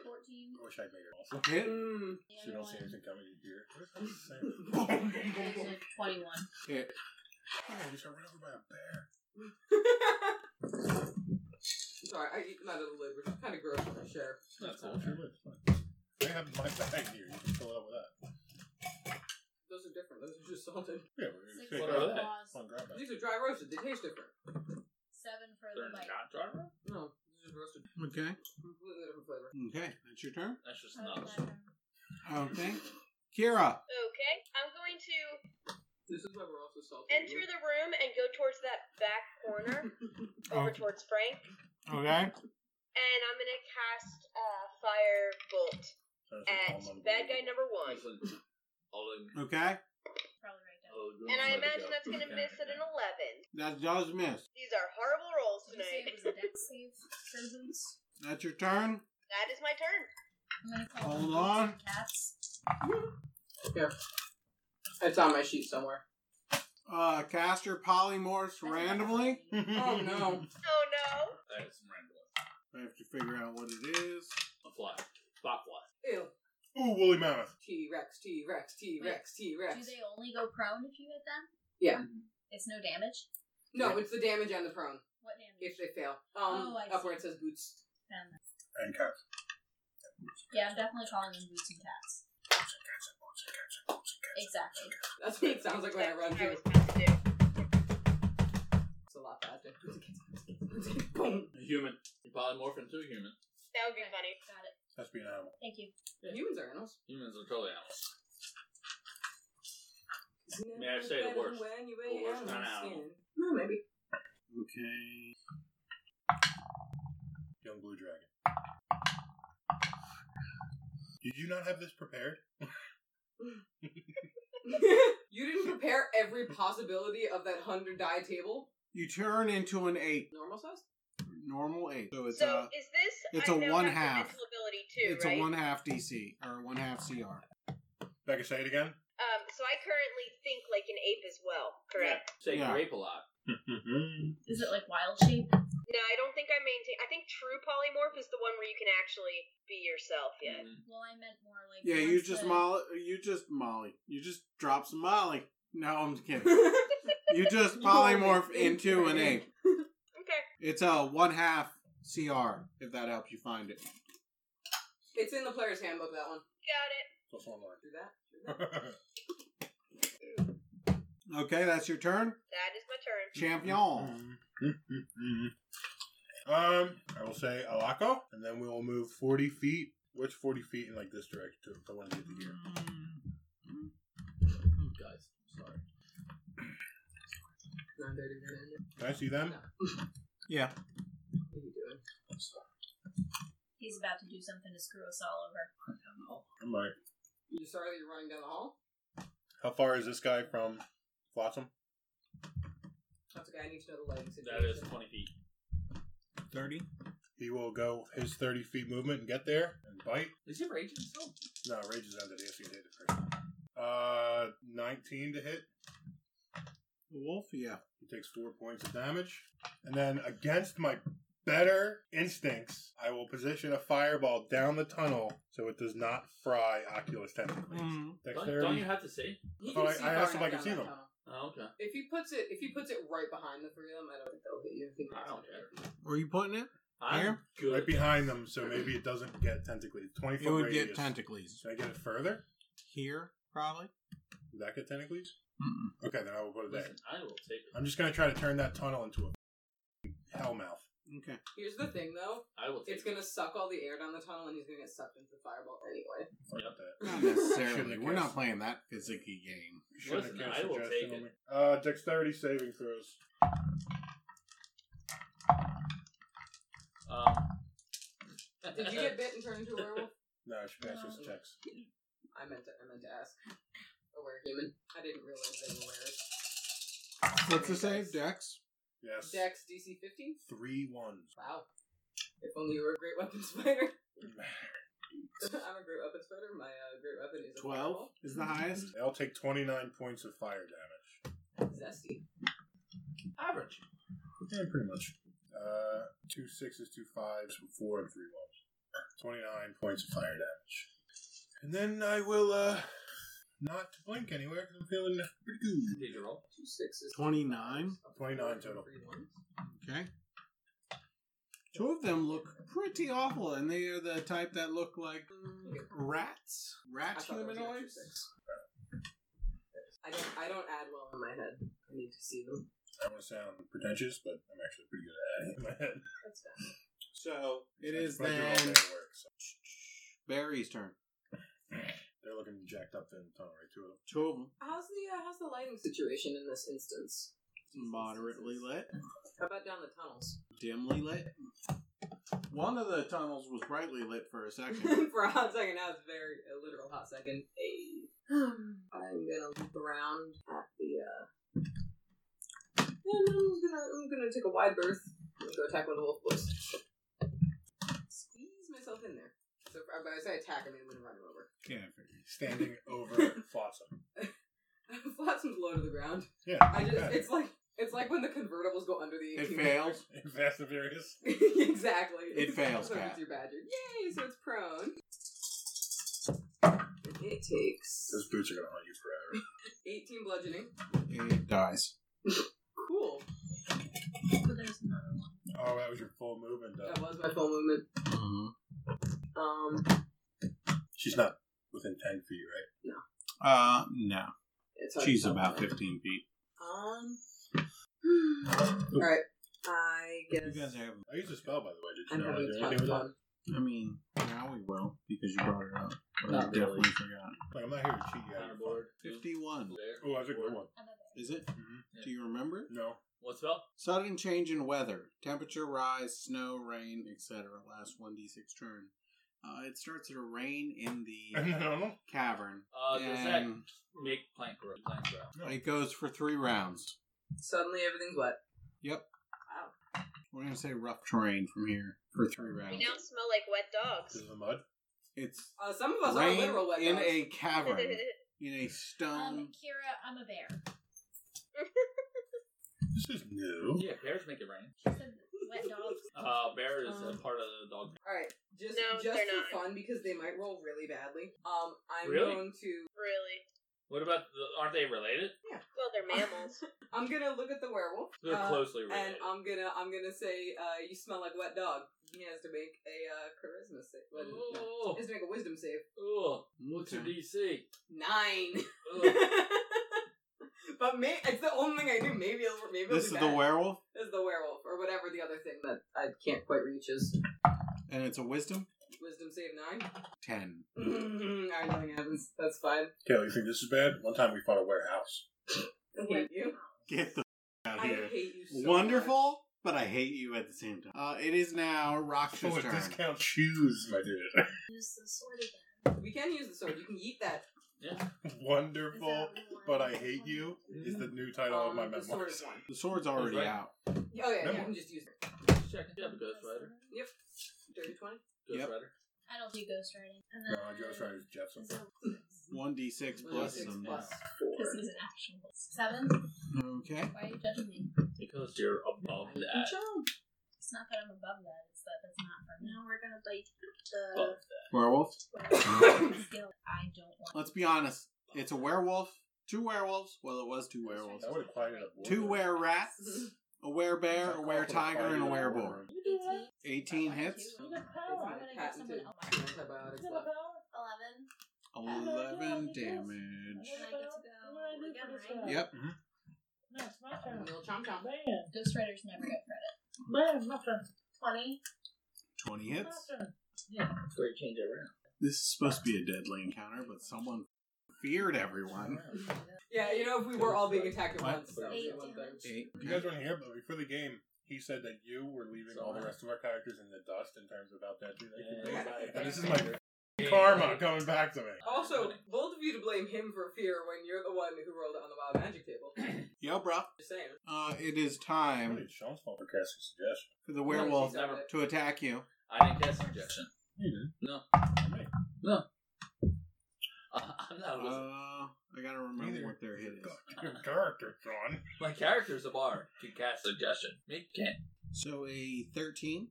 Speaker 2: 14.
Speaker 6: wish I'd made it also.
Speaker 4: Mm.
Speaker 6: So you don't see anything coming in here. What is this thing?
Speaker 2: Twenty-one.
Speaker 5: Hit.
Speaker 6: Oh, you got run over by a bear.
Speaker 4: Sorry, I eat my little lid, which is kind of gross for the sheriff.
Speaker 3: That's
Speaker 6: Oh,
Speaker 3: all.
Speaker 6: sure would. I have my bag here. You can fill it up with that.
Speaker 4: Those are different. Those are just salted.
Speaker 6: Yeah, but it's
Speaker 2: Six
Speaker 6: big.
Speaker 3: What
Speaker 2: for the
Speaker 3: are they?
Speaker 2: claws,
Speaker 6: Come on, grab that.
Speaker 4: These are dry roasted. They taste different.
Speaker 2: seven for
Speaker 3: They're
Speaker 2: the bite.
Speaker 3: not dry rub?
Speaker 4: No, these are just roasted.
Speaker 5: Okay.
Speaker 4: Completely different flavor.
Speaker 5: Okay. That's your turn.
Speaker 3: That's just
Speaker 7: uh,
Speaker 2: Oh,
Speaker 3: nuts.
Speaker 2: my turn.
Speaker 5: Okay. Kira.
Speaker 7: Okay, I'm going to
Speaker 4: This is why we're also salty.
Speaker 7: enter the room and go towards that back corner, over
Speaker 5: Okay.
Speaker 7: towards Frank,
Speaker 5: Okay.
Speaker 7: and I'm gonna cast uh, fire bolt
Speaker 6: There's some
Speaker 7: at
Speaker 6: palm on the
Speaker 7: bad
Speaker 6: board.
Speaker 7: guy number one.
Speaker 3: All in.
Speaker 5: Okay.
Speaker 2: Probably right down.
Speaker 3: all in-
Speaker 7: And I
Speaker 3: all in-
Speaker 7: imagine that's gonna miss at an eleven.
Speaker 5: That does miss.
Speaker 7: These are horrible rolls
Speaker 2: Did you say
Speaker 7: tonight.
Speaker 2: it was a deck save for the boots?
Speaker 5: That's your turn.
Speaker 7: That is my turn.
Speaker 2: I'm gonna call
Speaker 5: Hold
Speaker 2: them boots
Speaker 5: on.
Speaker 2: and Cats.
Speaker 4: It's on my sheet somewhere.
Speaker 5: Uh, cast your polymorphs randomly.
Speaker 4: Oh no.
Speaker 7: Oh no.
Speaker 3: I have some random ones.
Speaker 5: I have to figure out what it is.
Speaker 3: A fly. Spot fly.
Speaker 4: Ew.
Speaker 6: Ooh, woolly mammoth.
Speaker 4: T Rex, T Rex, T Rex, T
Speaker 2: Do
Speaker 4: Rex.
Speaker 2: they only go prone if you hit them? Um,
Speaker 4: Yeah.
Speaker 2: It's no damage.
Speaker 4: No, it's the damage on the prone
Speaker 2: What damage?
Speaker 4: if they fail. Um,
Speaker 2: Oh, I
Speaker 4: up where
Speaker 2: see.
Speaker 4: it says boots.
Speaker 2: Um,
Speaker 6: And cats.
Speaker 2: Yeah, I'm definitely calling them boots and cats. Exactly.
Speaker 4: That's what it sounds like when I
Speaker 7: That's
Speaker 4: run
Speaker 7: what I
Speaker 4: through.
Speaker 7: was about to do.
Speaker 4: It's a lot faster. Boom.
Speaker 3: A human. You polymorph into a human.
Speaker 7: That would be funny.
Speaker 2: Got it.
Speaker 6: That's being an animal.
Speaker 2: Thank you.
Speaker 4: Humans are animals.
Speaker 3: Humans are totally animals. May I say the worst?
Speaker 4: When you
Speaker 3: The
Speaker 4: ain't
Speaker 3: worst kind of
Speaker 4: animal
Speaker 3: animal.
Speaker 4: skin. No, maybe.
Speaker 5: Okay.
Speaker 6: Young blue dragon. Did you not have this prepared?
Speaker 4: you didn't prepare every possibility of that hundred die table.
Speaker 5: You turn into an eight,
Speaker 4: Normal size.
Speaker 5: normal eight. So it's
Speaker 7: so
Speaker 5: a
Speaker 7: is this?
Speaker 5: it's
Speaker 7: I
Speaker 5: a
Speaker 7: now
Speaker 5: one
Speaker 7: have the
Speaker 5: half.
Speaker 7: mental ability too,
Speaker 5: it's
Speaker 7: right?
Speaker 5: a one half DC or one half CR.
Speaker 6: Becca, say it again.
Speaker 7: Um, so I currently think like an ape as well, correct?
Speaker 3: Say
Speaker 5: Yeah.
Speaker 3: grape a lot.
Speaker 2: Is it like wild shape?
Speaker 7: No, I don't think I maintain. I think true polymorph is the one where you can actually be yourself. Yet.
Speaker 3: Mhm.
Speaker 2: Well, I meant more like.
Speaker 5: Yeah, you
Speaker 2: what's
Speaker 5: just
Speaker 2: the-
Speaker 5: molly. You just molly. You just drop some molly. No, I'm just kidding.
Speaker 4: Polymorph
Speaker 5: You just polymorph into an ape. Mm-hmm.
Speaker 7: Okay.
Speaker 5: It's a one half CR. If that helps you find it.
Speaker 4: It's in the player's handbook. That one.
Speaker 7: Got it.
Speaker 6: Plus one more.
Speaker 4: Do that. Do that.
Speaker 6: That's
Speaker 5: Okay, that's your turn,
Speaker 7: That is my turn.
Speaker 5: champion.
Speaker 6: um, I will say Alaco, and then we will move 40 feet. Which 40 feet in like this direction to the one to get to here?
Speaker 3: Mm, Guys.
Speaker 6: Sorry.
Speaker 4: Nine thirty. we're gonna end it.
Speaker 6: Can I see them?
Speaker 5: Yeah.
Speaker 4: What are you doing?
Speaker 2: He's about to do something to screw us all over.
Speaker 6: I'm right.
Speaker 4: You sorry that you're running down the hall?
Speaker 6: How far is this guy from Flotsam?
Speaker 4: That's okay. I need to know the lighting
Speaker 3: That is
Speaker 4: situation.
Speaker 3: 20 feet.
Speaker 5: Thirty.
Speaker 6: He will go his 30 feet movement and get there and bite.
Speaker 3: Is he raging still?
Speaker 6: No, Rage is ended. He has to hit it first. Uh, 19 to hit.
Speaker 5: Wolf. Yeah.
Speaker 6: He takes four points of damage. And then, against my better instincts, I will position a fireball down the tunnel so it does not fry Oculus tentacles.
Speaker 5: Hmm.
Speaker 3: Don't, don't you
Speaker 6: Dexterity.
Speaker 3: have to see?
Speaker 4: He
Speaker 6: Oh, I-
Speaker 4: see
Speaker 6: I
Speaker 4: far
Speaker 6: asked if
Speaker 4: enough
Speaker 6: I could
Speaker 4: down
Speaker 6: see
Speaker 4: that
Speaker 6: them.
Speaker 4: tunnel.
Speaker 3: Oh, okay.
Speaker 4: If he puts it, if he puts it right behind the three of them, I don't think that'll hit you. I think
Speaker 3: I
Speaker 4: that's
Speaker 3: don't
Speaker 4: okay.
Speaker 5: Were you putting it?
Speaker 3: I'm
Speaker 5: Here?
Speaker 3: good.
Speaker 6: Right behind them, so maybe it doesn't get tentacly. 20 foot
Speaker 5: It would
Speaker 6: radius.
Speaker 5: get tentacles
Speaker 6: Should I get it further?
Speaker 5: here, probably.
Speaker 6: Would that get tentacles? Okay, then I will put it there.
Speaker 3: Listen, I will take it.
Speaker 6: I'm just going to try to turn that tunnel into a hell mouth.
Speaker 5: Okay.
Speaker 4: Here's the thing, though.
Speaker 3: I will take
Speaker 4: It's
Speaker 3: it.
Speaker 4: gonna suck all the air down the tunnel, and he's gonna get sucked into the fireball anyway.
Speaker 6: Fuck
Speaker 3: Yep.
Speaker 6: that.
Speaker 5: Not
Speaker 6: Shouldn't
Speaker 5: necessarily.
Speaker 6: have
Speaker 5: We're not
Speaker 6: guessed.
Speaker 5: playing that physicky game.
Speaker 6: Shouldn't
Speaker 3: Listen,
Speaker 6: have
Speaker 3: I will
Speaker 6: suggested
Speaker 3: take
Speaker 6: on
Speaker 3: it.
Speaker 6: me. Uh, dexterity saving throws.
Speaker 3: Um,
Speaker 4: Did you get bit and turn into a werewolf?
Speaker 6: No, she passed
Speaker 2: No.
Speaker 5: Um,
Speaker 6: those checks.
Speaker 4: I meant to. I meant to ask. A werehuman. I didn't realize they were wares.
Speaker 5: What's the save, Dex?
Speaker 6: Yes.
Speaker 4: Dex DC 15.
Speaker 6: Three ones.
Speaker 4: Wow. If only you were a great weapon spider. I'm a great weapon spider. My uh, great weapon is a
Speaker 5: Twelve is the highest.
Speaker 6: They'll take 29 points of fire damage.
Speaker 4: fireball. Zesty.
Speaker 3: average.
Speaker 6: Yeah, pretty much. Uh, two sixes, two fives, four, and three ones. 29 points of fire damage. And then I will uh not blink anywhere because I'm feeling pretty good.
Speaker 3: Did you roll?
Speaker 4: Two sixes.
Speaker 5: 29.
Speaker 6: 29 total.
Speaker 4: Three ones.
Speaker 5: Okay. Two of them look pretty awful, and they are the type that look like rats.
Speaker 4: I
Speaker 5: Rat
Speaker 4: thought that was an extra
Speaker 5: humanoids?
Speaker 4: six. I don't. I don't add well in my head. I need to see them.
Speaker 6: I want to sound pretentious, but I'm actually pretty good at adding in my head.
Speaker 4: That's bad.
Speaker 5: So it is
Speaker 6: But I do
Speaker 5: then
Speaker 6: all that work, so.
Speaker 5: Barry's turn.
Speaker 6: They're looking jacked up in the tunnel right to them.
Speaker 5: Two of them
Speaker 4: How's the uh, how's the lighting situation in this instance?
Speaker 5: moderately lit,
Speaker 4: How about down the tunnels?
Speaker 5: dimly lit. One of the tunnels was brightly lit for a second.
Speaker 4: For a hot second, that was very a literal hot second. Hey. I'm gonna loop around at the. uh and I'm gonna I'm gonna take a wide berth. and go attack one of the wolf boys. Squeeze myself in there. So if, if I say attack, I mean I'm gonna run him over.
Speaker 5: Can't
Speaker 6: Standing over Flossom.
Speaker 4: Flotsam low to the ground.
Speaker 6: Yeah.
Speaker 4: I just it's like it's like when the convertibles go under the.
Speaker 5: It
Speaker 4: 18
Speaker 5: fails.
Speaker 6: Fast and Furious.
Speaker 4: exactly.
Speaker 5: It fails,
Speaker 4: So it's
Speaker 5: Kat.
Speaker 4: your badger. Yay! So it's prone. It takes
Speaker 6: Those boots are gonna haunt you forever.
Speaker 4: 18 bludgeoning.
Speaker 5: It dies.
Speaker 4: Cool.
Speaker 8: But there's another one.
Speaker 6: Oh, that was your full movement.
Speaker 4: That
Speaker 6: Though.
Speaker 4: was my full movement. Um,
Speaker 6: She's not within ten feet, right?
Speaker 5: Uh, no.
Speaker 4: it's hard
Speaker 5: She's
Speaker 4: to tell.
Speaker 5: about 15 feet.
Speaker 4: Um, all right. I guess
Speaker 5: You guys have.
Speaker 6: I used a spell, by the way. Did you
Speaker 4: I'm
Speaker 6: know I
Speaker 4: having
Speaker 6: did
Speaker 4: a ton
Speaker 6: anything
Speaker 4: of
Speaker 6: with that?
Speaker 4: fun.
Speaker 5: I mean, now we will because you brought it up. But I
Speaker 3: Not
Speaker 5: definitely
Speaker 3: really.
Speaker 5: forgot.
Speaker 6: Like, I'm not here to cheat you.
Speaker 3: Kind of board.
Speaker 5: 51.
Speaker 6: Oh, that's a good one.
Speaker 5: Is it?
Speaker 6: Mhm.
Speaker 5: Do you remember?
Speaker 6: No.
Speaker 3: What spell?
Speaker 5: Sudden change in weather, temperature rise, snow, rain, etc. Last one d six turn. Uh, it starts at a rain in
Speaker 6: And
Speaker 5: the
Speaker 6: then I don't know.
Speaker 5: cavern.
Speaker 3: Uh, does that
Speaker 5: and
Speaker 3: make plank grow? Plank grow.
Speaker 5: It goes for three rounds.
Speaker 4: Suddenly everything's wet.
Speaker 5: Yep.
Speaker 4: Wow.
Speaker 5: We're gonna say rough terrain from here for three
Speaker 7: We
Speaker 5: rounds.
Speaker 7: don't smell like wet dogs.
Speaker 6: This is the mud.
Speaker 5: It's
Speaker 4: Uh, some of us are
Speaker 5: rain
Speaker 4: literal wet
Speaker 5: in
Speaker 4: dogs.
Speaker 5: a cavern, in a
Speaker 2: Um,
Speaker 5: stone.
Speaker 2: Kira, I'm a bear.
Speaker 6: This is new.
Speaker 3: Yeah, bears make it rain.
Speaker 2: She said wet dogs.
Speaker 3: Uh, bear is a
Speaker 4: Um,
Speaker 3: part of the dog.
Speaker 4: All right, just
Speaker 7: No,
Speaker 4: just
Speaker 7: they're
Speaker 4: for
Speaker 7: not.
Speaker 4: fun because they might roll really badly. Um, I'm
Speaker 3: Really?
Speaker 4: going to
Speaker 7: really?
Speaker 3: What about? The, aren't they related?
Speaker 7: Well, they're mammals.
Speaker 4: I'm gonna look at the werewolf.
Speaker 3: They're
Speaker 4: uh,
Speaker 3: closely related.
Speaker 4: And I'm gonna I'm gonna say uh, you smell like wet dog. He has to make a uh, charisma save. Well, no.
Speaker 3: Oh,
Speaker 4: He has to make a wisdom save.
Speaker 3: oh, what's your
Speaker 5: Okay.
Speaker 3: DC?
Speaker 4: Nine.
Speaker 3: Ugh.
Speaker 4: but may- it's the only thing I do. Maybe it'll, maybe it'll
Speaker 5: This
Speaker 4: be
Speaker 5: is
Speaker 4: bad.
Speaker 5: the werewolf,
Speaker 4: This is the werewolf or whatever the other thing that I can't quite reach is
Speaker 5: and it's a wisdom
Speaker 4: wisdom save nine. Mm-hmm.
Speaker 5: ten.
Speaker 4: I nothing happens. That's fine.
Speaker 6: Kayla, you think this is bad? One time we fought a warehouse.
Speaker 4: Thank you.
Speaker 5: Get the f- out
Speaker 4: I
Speaker 5: of here.
Speaker 4: hate you so much.
Speaker 5: Wonderful, but I hate you at the same time. Uh, it is now Raksha's
Speaker 6: Oh, a
Speaker 5: turn.
Speaker 6: discount shoes, my dude.
Speaker 8: Use the sword again.
Speaker 4: We can use the sword. You can eat that.
Speaker 3: Yeah.
Speaker 8: Is
Speaker 6: Wonderful,
Speaker 8: that one?
Speaker 6: but I hate you is the new title of my
Speaker 4: Um, the sword is
Speaker 6: memoirs.
Speaker 4: one.
Speaker 5: The sword's already
Speaker 3: Right.
Speaker 5: out.
Speaker 4: Yeah, Oh yeah, yeah.
Speaker 6: Memoir.
Speaker 4: You can just use it.
Speaker 3: Just checking. Yeah, but Ghost Rider.
Speaker 4: Yep. Dirty twenty.
Speaker 3: Ghost
Speaker 5: Yep.
Speaker 3: Rider.
Speaker 2: I don't do ghost riding. And
Speaker 6: No,
Speaker 2: then
Speaker 6: Ghost Rider's Jepson.
Speaker 2: is it-
Speaker 5: One d six plus
Speaker 4: Six
Speaker 5: some.
Speaker 4: plus four.
Speaker 2: This is an action. Seven.
Speaker 5: Okay.
Speaker 2: Why are you judging me?
Speaker 3: Because you're above that.
Speaker 2: It's not that I'm above that. It's that that's not for me.
Speaker 8: Now we're gonna bite
Speaker 3: Above
Speaker 8: the.
Speaker 3: that.
Speaker 5: Werewolf.
Speaker 2: Skill. I don't want.
Speaker 5: Let's be honest. It's a werewolf. Two werewolves. Well, it was two werewolves.
Speaker 6: That would have quieted up.
Speaker 5: Two were rats, a were bear, a were tiger, and a were
Speaker 2: Eighteen.
Speaker 5: Eighteen hits.
Speaker 2: You have power. Oh, I'm gonna give someone
Speaker 4: Patented
Speaker 2: else. my God.
Speaker 4: Antibiotics
Speaker 2: You have
Speaker 4: left.
Speaker 2: power. Eleven.
Speaker 5: Eleven damage.
Speaker 8: And I get to go again, right?
Speaker 5: Yep.
Speaker 9: No, it's my turn.
Speaker 2: uh,
Speaker 4: Little chomp chomp.
Speaker 9: Man,
Speaker 2: Ghost Riders never get credit.
Speaker 9: man, my turn.
Speaker 8: Twenty.
Speaker 5: Twenty
Speaker 9: My
Speaker 5: hits.
Speaker 9: turn.
Speaker 3: That's where you change it around.
Speaker 5: This is supposed to be a deadly encounter, but someone feared everyone.
Speaker 4: Yeah, you know if we were all being attacked at
Speaker 5: What?
Speaker 4: once, that would be one thing.
Speaker 5: Eight.
Speaker 6: You guys weren't here, but before the game, he said that you were leaving all the rest of our characters in the dust in terms of how tattoo they could
Speaker 3: Yeah.
Speaker 6: be. And this is my karma coming back to me.
Speaker 4: Also, both of you to blame him for fear when you're the one who rolled it on the wild magic table.
Speaker 5: Yo, bro.
Speaker 4: Just saying.
Speaker 5: Uh, it is
Speaker 6: I'm
Speaker 5: time
Speaker 6: really Sean's fault for casting suggestion.
Speaker 5: for the werewolf
Speaker 4: Well, she's
Speaker 5: to attack you.
Speaker 3: I didn't get a suggestion.
Speaker 6: You
Speaker 3: No.
Speaker 6: did.
Speaker 3: Uh, I'm not.
Speaker 5: Uh,
Speaker 3: listening.
Speaker 5: I gotta remember
Speaker 6: Neither.
Speaker 5: what their hit is.
Speaker 6: Your character, John.
Speaker 3: My character's a bar. Can cast suggestion. Me can't.
Speaker 5: So a 13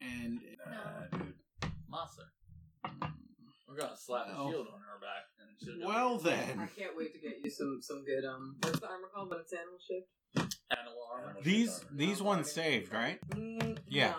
Speaker 5: and
Speaker 6: Nah, dude.
Speaker 3: monster.
Speaker 4: um,
Speaker 3: We're gonna slap a
Speaker 5: Oh.
Speaker 3: shield on her back. And she'll go,
Speaker 5: Well
Speaker 4: I
Speaker 5: then,
Speaker 4: can't wait to get you some some good um. What's the armor called? But it's animal shape.
Speaker 3: animal armor.
Speaker 5: these these ones saved, right?
Speaker 4: Mm,
Speaker 5: Yeah.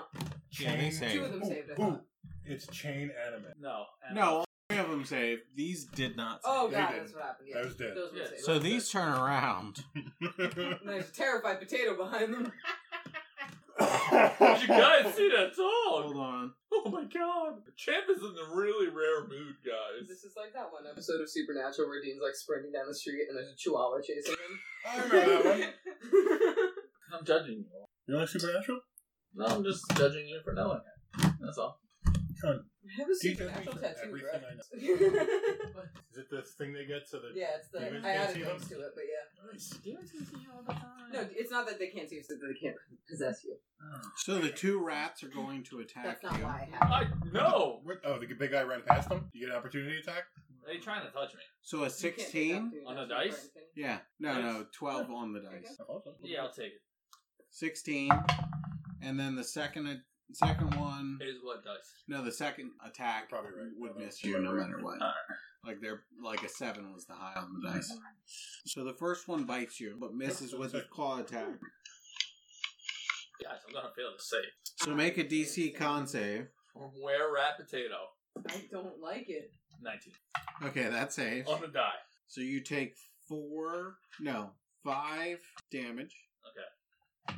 Speaker 5: Yeah,
Speaker 4: no. Two
Speaker 5: they
Speaker 4: of
Speaker 5: saved.
Speaker 4: them saved. I
Speaker 6: Ooh,
Speaker 4: thought.
Speaker 6: ooh. It's chain anime.
Speaker 3: No.
Speaker 5: No, all three of them saved. These did not. Save.
Speaker 4: Oh
Speaker 6: They
Speaker 4: god,
Speaker 6: didn't.
Speaker 4: that's what happened. Yeah,
Speaker 6: Those did.
Speaker 4: Those were
Speaker 3: Yeah,
Speaker 4: saved.
Speaker 5: So these turn around.
Speaker 4: And There's a terrified potato behind them.
Speaker 3: Did you guys see that
Speaker 5: Hold
Speaker 3: dog?
Speaker 5: on.
Speaker 3: Oh my god. Champ is in a really rare mood, guys.
Speaker 4: This is like that one episode of Supernatural where Dean's like sprinting down the street and there's a chihuahua chasing him.
Speaker 6: I remember that one.
Speaker 3: I'm judging you.
Speaker 6: You like Supernatural?
Speaker 3: No, I'm just judging you for knowing it. That's all.
Speaker 6: Sean,
Speaker 4: I have a
Speaker 6: Teacher
Speaker 4: supernatural
Speaker 6: thinks
Speaker 4: tattoo,
Speaker 6: everything
Speaker 4: right?
Speaker 6: I Is it this thing they get so that
Speaker 4: yeah, it's the
Speaker 6: Demons
Speaker 4: I
Speaker 6: can't
Speaker 4: added
Speaker 6: see
Speaker 4: things
Speaker 6: them?
Speaker 4: to it, but yeah.
Speaker 3: Nice.
Speaker 4: No, it's not that they can't see you, it's that they can't possess you.
Speaker 5: So the two rats are going to attack
Speaker 4: That's not
Speaker 5: you.
Speaker 4: why I have.
Speaker 3: I no.
Speaker 6: What- Oh, the big guy ran past them. You get an opportunity attack.
Speaker 3: They trying to touch me.
Speaker 5: So a
Speaker 4: it. You can't take that
Speaker 5: sixteen.
Speaker 4: dude,
Speaker 3: On a
Speaker 4: that's
Speaker 3: dice?
Speaker 4: right, okay.
Speaker 5: Yeah. No, no, twelve on the dice.
Speaker 3: Yeah, I'll take it.
Speaker 5: 16 and then the second second one
Speaker 3: Here's what dice.
Speaker 5: no the second attack
Speaker 6: Probably right.
Speaker 5: would miss you no matter what like they're like a seven was the high on the dice so the first one bites you but misses with a claw attack
Speaker 3: Guys, I'm gonna fail to save.
Speaker 5: so make a dc con save
Speaker 3: Where rat potato?
Speaker 4: I don't like it.
Speaker 3: Nineteen.
Speaker 5: okay that saves
Speaker 3: On the die.
Speaker 5: so you take four no five damage
Speaker 3: Okay.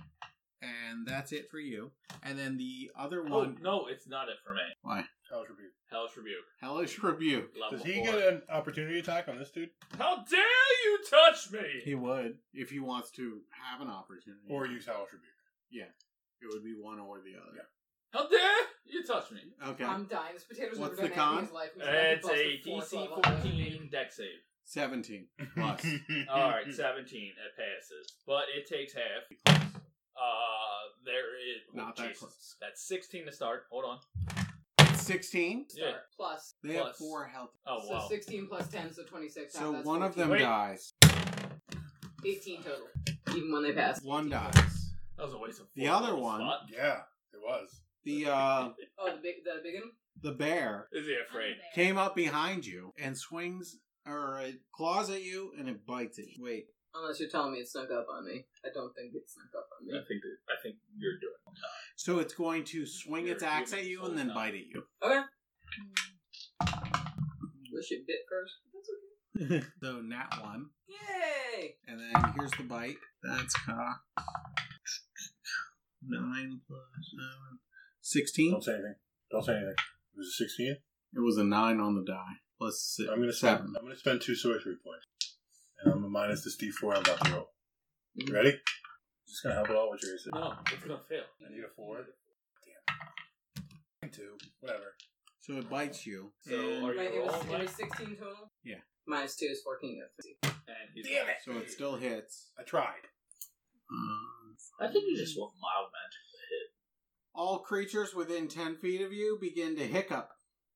Speaker 5: and that's it for you and then the other
Speaker 3: Oh
Speaker 5: one
Speaker 3: no, it's not it for me.
Speaker 5: why
Speaker 6: Hell's rebuke.
Speaker 3: Hellish rebuke.
Speaker 5: hellish rebuke
Speaker 3: Level
Speaker 6: Does he
Speaker 3: four.
Speaker 6: get an opportunity attack on this dude,
Speaker 3: How dare you touch
Speaker 5: He
Speaker 3: me?
Speaker 5: would if he wants to have an opportunity,
Speaker 6: or use Hell's rebuke?
Speaker 5: it would be one or the other.
Speaker 3: How dare you touch me?
Speaker 5: Okay,
Speaker 4: I'm dying. This potato's
Speaker 5: What's
Speaker 4: never
Speaker 5: the
Speaker 4: done anything
Speaker 5: con?
Speaker 4: in his life. He's
Speaker 3: It's a DC
Speaker 4: about to bust fourth level.
Speaker 3: 14 deck save.
Speaker 5: seventeen
Speaker 3: Oh,
Speaker 5: plus.
Speaker 3: All right, 17. It passes, but it takes half. Uh, there is
Speaker 5: Not that
Speaker 3: Jesus.
Speaker 5: close.
Speaker 3: That's 16 to start. Hold on.
Speaker 5: Sixteen.
Speaker 3: Yeah.
Speaker 4: Plus.
Speaker 5: They have
Speaker 3: Plus.
Speaker 5: four health.
Speaker 3: Oh
Speaker 4: So
Speaker 3: wow.
Speaker 4: 16 plus 10, so 26.
Speaker 5: So
Speaker 4: That's
Speaker 5: one of
Speaker 4: 14.
Speaker 5: them
Speaker 3: Wait.
Speaker 5: dies.
Speaker 4: 18 total. Even when they pass.
Speaker 5: One
Speaker 4: 18
Speaker 5: dies.
Speaker 4: total.
Speaker 3: That was a waste of.
Speaker 5: The
Speaker 3: four
Speaker 5: other
Speaker 3: levels,
Speaker 5: one-
Speaker 3: Spot.
Speaker 6: Yeah, it was.
Speaker 5: The uh,
Speaker 4: Oh, the big, the big one?
Speaker 5: the bear
Speaker 3: Is he afraid?
Speaker 5: came up behind you and swings or it claws at you and it bites at you. Wait,
Speaker 4: Unless you're telling me it snuck up on me. I don't think it snuck up on me.
Speaker 3: think. I think you're doing.
Speaker 5: so it's going to swing its
Speaker 3: You're
Speaker 5: axe
Speaker 3: human,
Speaker 5: at you
Speaker 3: so
Speaker 5: and then
Speaker 3: no.
Speaker 5: bite at you.
Speaker 4: Okay. Wish it bit first. That's okay.
Speaker 5: So nat one,
Speaker 4: Yay!
Speaker 5: and then here's the bite. That's cocked. Nine plus seven. Sixteen.
Speaker 6: Don't say anything. Don't say anything. It was a sixteen.
Speaker 5: It was a nine on the die. Plus six,
Speaker 6: I'm gonna spend.
Speaker 5: seven.
Speaker 6: I'm gonna spend two sorcery points, and I'm gonna minus this D4 I'm about to roll. You ready? Just gonna help it out with your AC.
Speaker 3: Mm. No, it's gonna fail.
Speaker 6: I need a four. Damn. Two. Whatever.
Speaker 5: So it bites you.
Speaker 3: So
Speaker 5: and-
Speaker 3: are you-
Speaker 4: Wait, it was,
Speaker 3: all
Speaker 4: it
Speaker 3: right?
Speaker 4: was 16 total?
Speaker 5: Yeah.
Speaker 4: Minus 2 is 14. yeah.
Speaker 3: And he's
Speaker 6: Damn it!
Speaker 5: so it still hits.
Speaker 6: I tried.
Speaker 5: Um,
Speaker 3: I think you just want mild magic.
Speaker 5: all creatures within ten feet of you begin to hiccup.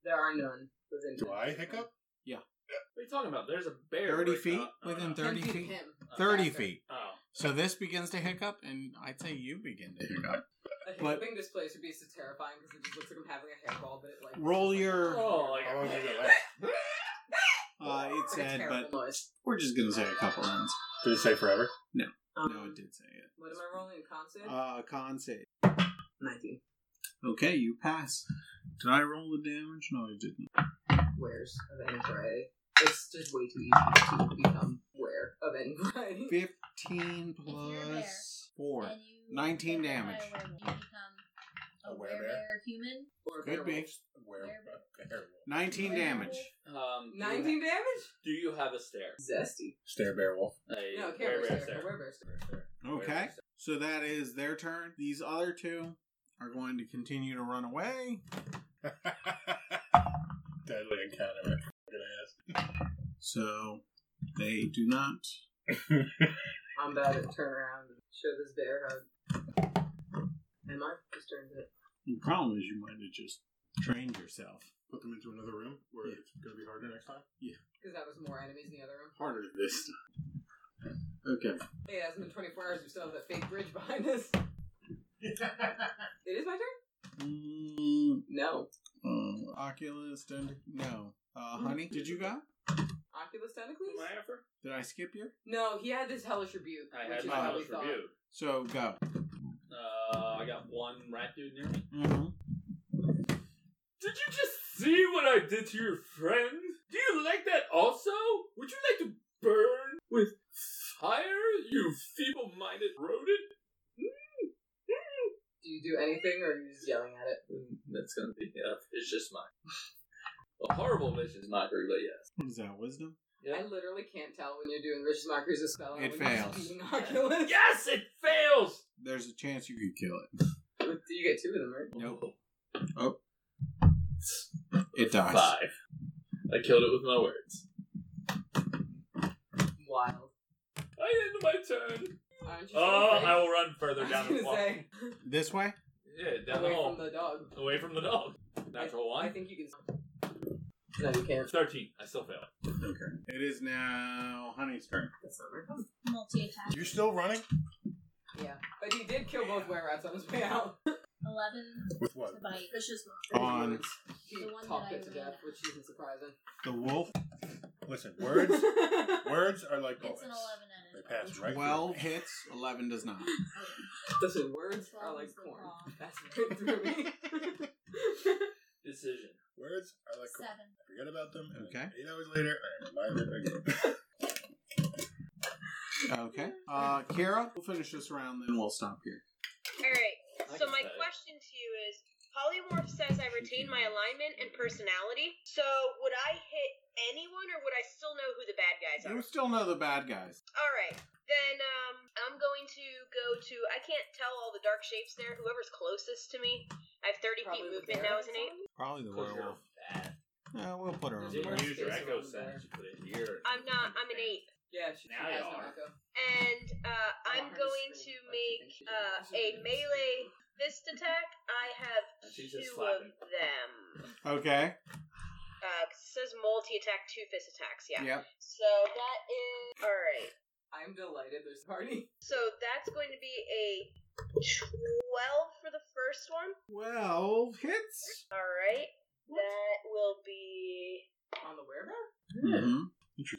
Speaker 4: There are none. Within
Speaker 6: Do
Speaker 4: 10.
Speaker 6: I hiccup?
Speaker 3: What are you talking about? There's a bear.
Speaker 5: Thirty
Speaker 3: right
Speaker 5: feet
Speaker 3: now.
Speaker 4: 10
Speaker 5: within thirty
Speaker 4: feet of
Speaker 5: feet.
Speaker 4: Him.
Speaker 5: Thirty
Speaker 4: Faster.
Speaker 5: feet.
Speaker 3: Oh,
Speaker 5: So this begins to hiccup, and I'd say you begin to hiccup.
Speaker 4: A
Speaker 5: But-
Speaker 4: hiccuping displays would be so terrifying because it just looks like I'm having a hairball, but it like.
Speaker 5: Roll
Speaker 4: it's like-
Speaker 5: your-
Speaker 3: oh like,
Speaker 6: How long does it
Speaker 3: yeah.
Speaker 6: last?
Speaker 5: Uh, it
Speaker 4: It's like a
Speaker 5: said,
Speaker 4: terrible
Speaker 5: but
Speaker 4: noise.
Speaker 5: we're just gonna say a couple rounds.
Speaker 6: Did it say forever?
Speaker 4: Um,
Speaker 5: No, it did say it.
Speaker 4: What am I rolling? Constant?
Speaker 5: Uh, con save.
Speaker 4: 19.
Speaker 5: Okay, you pass. Did I roll the damage? No, I didn't.
Speaker 4: Wares of any variety. It's just way too easy to become aware of any variety.
Speaker 5: Fifteen
Speaker 2: you're a bear,
Speaker 5: plus four.
Speaker 2: And you
Speaker 5: 19
Speaker 2: get hit by a
Speaker 5: damage.
Speaker 2: werewolf, You become a
Speaker 6: A
Speaker 2: werebear
Speaker 6: werebear?
Speaker 2: human.
Speaker 4: Or
Speaker 5: Could be.
Speaker 4: werewolves.
Speaker 6: Where? Bear.
Speaker 5: Nineteen damage.
Speaker 3: Um, do you-
Speaker 4: 19 damage?
Speaker 3: Do you have a stare?
Speaker 4: Zesty.
Speaker 6: Stare bear wolf.
Speaker 3: A
Speaker 4: No, can't
Speaker 3: bear,
Speaker 4: wear
Speaker 3: bear
Speaker 4: stare.
Speaker 3: stare.
Speaker 4: Wear stare.
Speaker 5: Okay. So that is their turn. These other two are going to continue to run away.
Speaker 6: Deadly encounter. Right? Good
Speaker 5: So they do not.
Speaker 4: I'm about to turn around and show this bear how. Am I? Just turned it.
Speaker 5: The problem is you might have just trained yourself.
Speaker 6: Put them into another room where
Speaker 5: Yeah.
Speaker 6: it's gonna be harder next time.
Speaker 4: Because that was more enemies in the other room.
Speaker 5: Harder this time. Okay.
Speaker 4: Hey, it hasn't been 24 hours. We still have that fake bridge behind us. it is my turn?
Speaker 5: Mm,
Speaker 4: No.
Speaker 5: uh, Oculus Dend- No. Uh, honey, did you go?
Speaker 4: Oculus Tentacles?
Speaker 3: Am I after?
Speaker 5: Did I skip you?
Speaker 4: No, he had this hellish rebuke.
Speaker 3: I
Speaker 4: which
Speaker 3: had
Speaker 4: is
Speaker 3: my
Speaker 4: how
Speaker 3: house
Speaker 4: we thought.
Speaker 3: review.
Speaker 5: So go.
Speaker 3: Uh, I got one rat dude near me.
Speaker 5: Mm-hmm.
Speaker 3: Did you just see what I did to your friend? Do you like that also? Would you like to burn with fire, you feeble-minded rodent?
Speaker 4: Do you do anything or are you just yelling at it?
Speaker 3: Mm, That's gonna be uh, a vicious mockery. A horrible vicious mockery, but yes.
Speaker 5: Is that wisdom?
Speaker 4: I literally can't tell when you're doing vicious mockeries of spell. and
Speaker 5: It
Speaker 4: when you're
Speaker 5: fails.
Speaker 4: speaking Oculus.
Speaker 3: Yes, it fails!
Speaker 5: There's a chance you could kill it.
Speaker 4: Do you get two of them, right?
Speaker 5: Nope. Oh. It dies.
Speaker 3: Five. I killed it with my words.
Speaker 4: Wild.
Speaker 3: I end my turn.
Speaker 4: Aren't you
Speaker 3: Oh,
Speaker 4: afraid?
Speaker 3: I will run further
Speaker 4: I
Speaker 3: down
Speaker 4: was
Speaker 3: the
Speaker 4: gonna
Speaker 3: hall.
Speaker 4: say,
Speaker 5: This way?
Speaker 3: Yeah, down the
Speaker 4: away
Speaker 3: hall.
Speaker 4: from the dog.
Speaker 3: Away from the dog. Natural
Speaker 4: I
Speaker 3: one.
Speaker 4: think you can. No, you can't.
Speaker 3: 13. I still fail.
Speaker 5: It is now Honey's turn.
Speaker 4: That's not very fun.
Speaker 2: Multi attack.
Speaker 6: You're still running?
Speaker 4: Yeah, but he did kill both were rats on his way out.
Speaker 2: Eleven
Speaker 6: With
Speaker 2: to
Speaker 6: what?
Speaker 2: bite.
Speaker 8: Vicious monster.
Speaker 5: On
Speaker 4: He
Speaker 2: The one that
Speaker 4: talked
Speaker 2: I
Speaker 4: it to
Speaker 2: ran
Speaker 4: death,
Speaker 2: at.
Speaker 4: which isn't surprising.
Speaker 5: the wolf.
Speaker 6: Listen, words words are like bullets.
Speaker 2: It's an eleven at
Speaker 6: They
Speaker 2: it.
Speaker 6: pass right. through.
Speaker 5: 12 hits, 11 does not.
Speaker 4: Listen, words are like corn. That's good through me.
Speaker 3: Decision.
Speaker 6: Words are like corn.
Speaker 2: Seven.
Speaker 6: Forget about them. and
Speaker 5: Okay.
Speaker 6: Eight hours later, I am reminded again.
Speaker 5: Okay. Uh, Kara, we'll finish this round, then we'll stop here.
Speaker 7: All right.
Speaker 3: I
Speaker 7: So
Speaker 3: can
Speaker 7: my
Speaker 3: say it.
Speaker 7: question to you is: Polymorph says I retain my alignment and personality. So would I hit anyone, or would I still know who the bad guys are?
Speaker 5: You still know the bad guys.
Speaker 7: All right. Then um, I'm going to go to. I can't tell all the dark shapes there. Whoever's closest to me. I have 30
Speaker 4: Probably
Speaker 7: feet
Speaker 4: the
Speaker 7: movement
Speaker 4: bear.
Speaker 7: now, isn't it?
Speaker 5: Probably the
Speaker 3: Because you're
Speaker 5: werewolf.
Speaker 3: bad.
Speaker 5: Yeah, we'll put her on.
Speaker 4: There's more
Speaker 5: the
Speaker 3: Didn't use
Speaker 5: list.
Speaker 4: space
Speaker 3: your echo
Speaker 4: around there.
Speaker 3: sense. You put it here.
Speaker 7: I'm not. I'm an ape.
Speaker 4: yeah, she
Speaker 3: Now
Speaker 4: has
Speaker 3: you
Speaker 4: no
Speaker 3: are.
Speaker 4: echo.
Speaker 7: And uh, I'm
Speaker 4: her to
Speaker 7: going to
Speaker 4: scream like she
Speaker 7: make
Speaker 4: thinks she is.
Speaker 7: uh, a melee fist attack. I have
Speaker 3: And she's just
Speaker 7: two of
Speaker 3: slapping.
Speaker 7: them.
Speaker 5: Okay.
Speaker 7: Uh, 'cause it says multi attack, two fist attacks. Yeah.
Speaker 5: Yep.
Speaker 7: So that is all right.
Speaker 4: I'm delighted there's a party.
Speaker 7: So that's going to be a twelve for the first one.
Speaker 5: 12 hits.
Speaker 7: All right. That will be
Speaker 4: On the werebear?
Speaker 5: hmm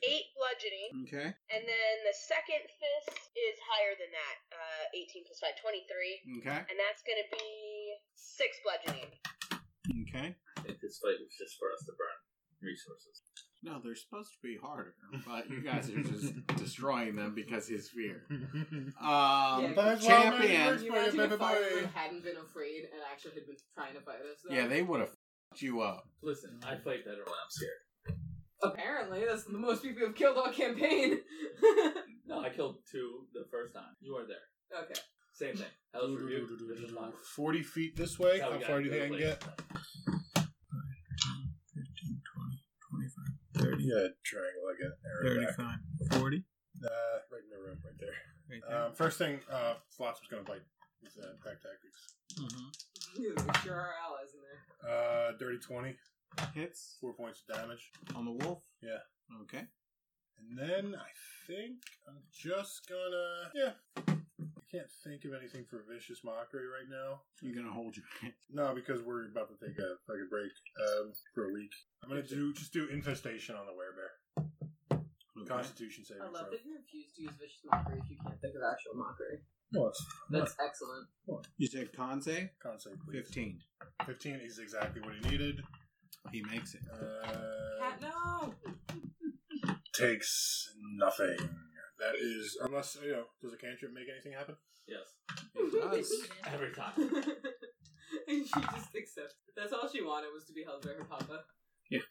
Speaker 7: eight bludgeoning,
Speaker 5: Okay.
Speaker 7: and then the second fist is higher than that. Uh, eighteen plus five, 23.
Speaker 5: Okay.
Speaker 7: and that's going to be six bludgeoning.
Speaker 5: Okay.
Speaker 3: I think this fight was just for us to burn resources.
Speaker 5: No, they're supposed to be harder, but you guys are just destroying them because his fear. Um,
Speaker 4: Yeah.
Speaker 6: That's why I'm
Speaker 5: champion.
Speaker 6: in
Speaker 4: Can
Speaker 6: the
Speaker 4: you imagine
Speaker 6: first place,
Speaker 4: if
Speaker 6: everybody.
Speaker 4: Fireman hadn't been afraid and actually had been trying to fight us? though?
Speaker 5: Yeah, they would have fucked you up.
Speaker 3: Listen, I play better when I'm scared.
Speaker 4: Apparently, that's the most people have killed all campaign.
Speaker 3: No, I killed two the first time. You were there.
Speaker 4: okay.
Speaker 3: Same thing. That was for you. This is mine.
Speaker 6: 40 feet this way.
Speaker 3: That's how
Speaker 6: How
Speaker 3: we
Speaker 6: far
Speaker 3: got
Speaker 6: do you think I can
Speaker 3: it.
Speaker 6: get? 30. Yeah, triangle. I got arrow back.
Speaker 5: 40.
Speaker 6: Uh, right in the room, right there. Um, first thing, uh, Flops was going to bite with uh, pack tactics.
Speaker 5: Mm-hmm.
Speaker 4: You sure are allies in there.
Speaker 6: Uh, dirty 20,
Speaker 5: Hits
Speaker 6: 4 points of damage.
Speaker 5: on the wolf.
Speaker 6: Yeah.
Speaker 5: Okay.
Speaker 6: And then I think I'm just gonna. Yeah. I can't think of anything for vicious mockery right now.
Speaker 5: You're gonna hold your hand.
Speaker 6: No, because we're about to take a like a break um, for a week. I'm gonna do just do infestation on the werebear.
Speaker 5: Okay.
Speaker 6: Constitution saving.
Speaker 4: I
Speaker 6: throw.
Speaker 4: love that you're refused to use vicious mockery if you can't think of actual mockery.
Speaker 6: Well,
Speaker 4: That's excellent.
Speaker 5: You said con save?
Speaker 6: con save, please.
Speaker 5: 15.
Speaker 6: 15 is exactly what he needed.
Speaker 5: He makes it.
Speaker 6: Uh,
Speaker 4: Cat, no!
Speaker 6: takes nothing. That is unless you know. Does a cantrip make anything happen?
Speaker 3: Yes.
Speaker 5: It does.
Speaker 3: Every time.
Speaker 4: and she just accepts. That's all she wanted was to be held by her papa.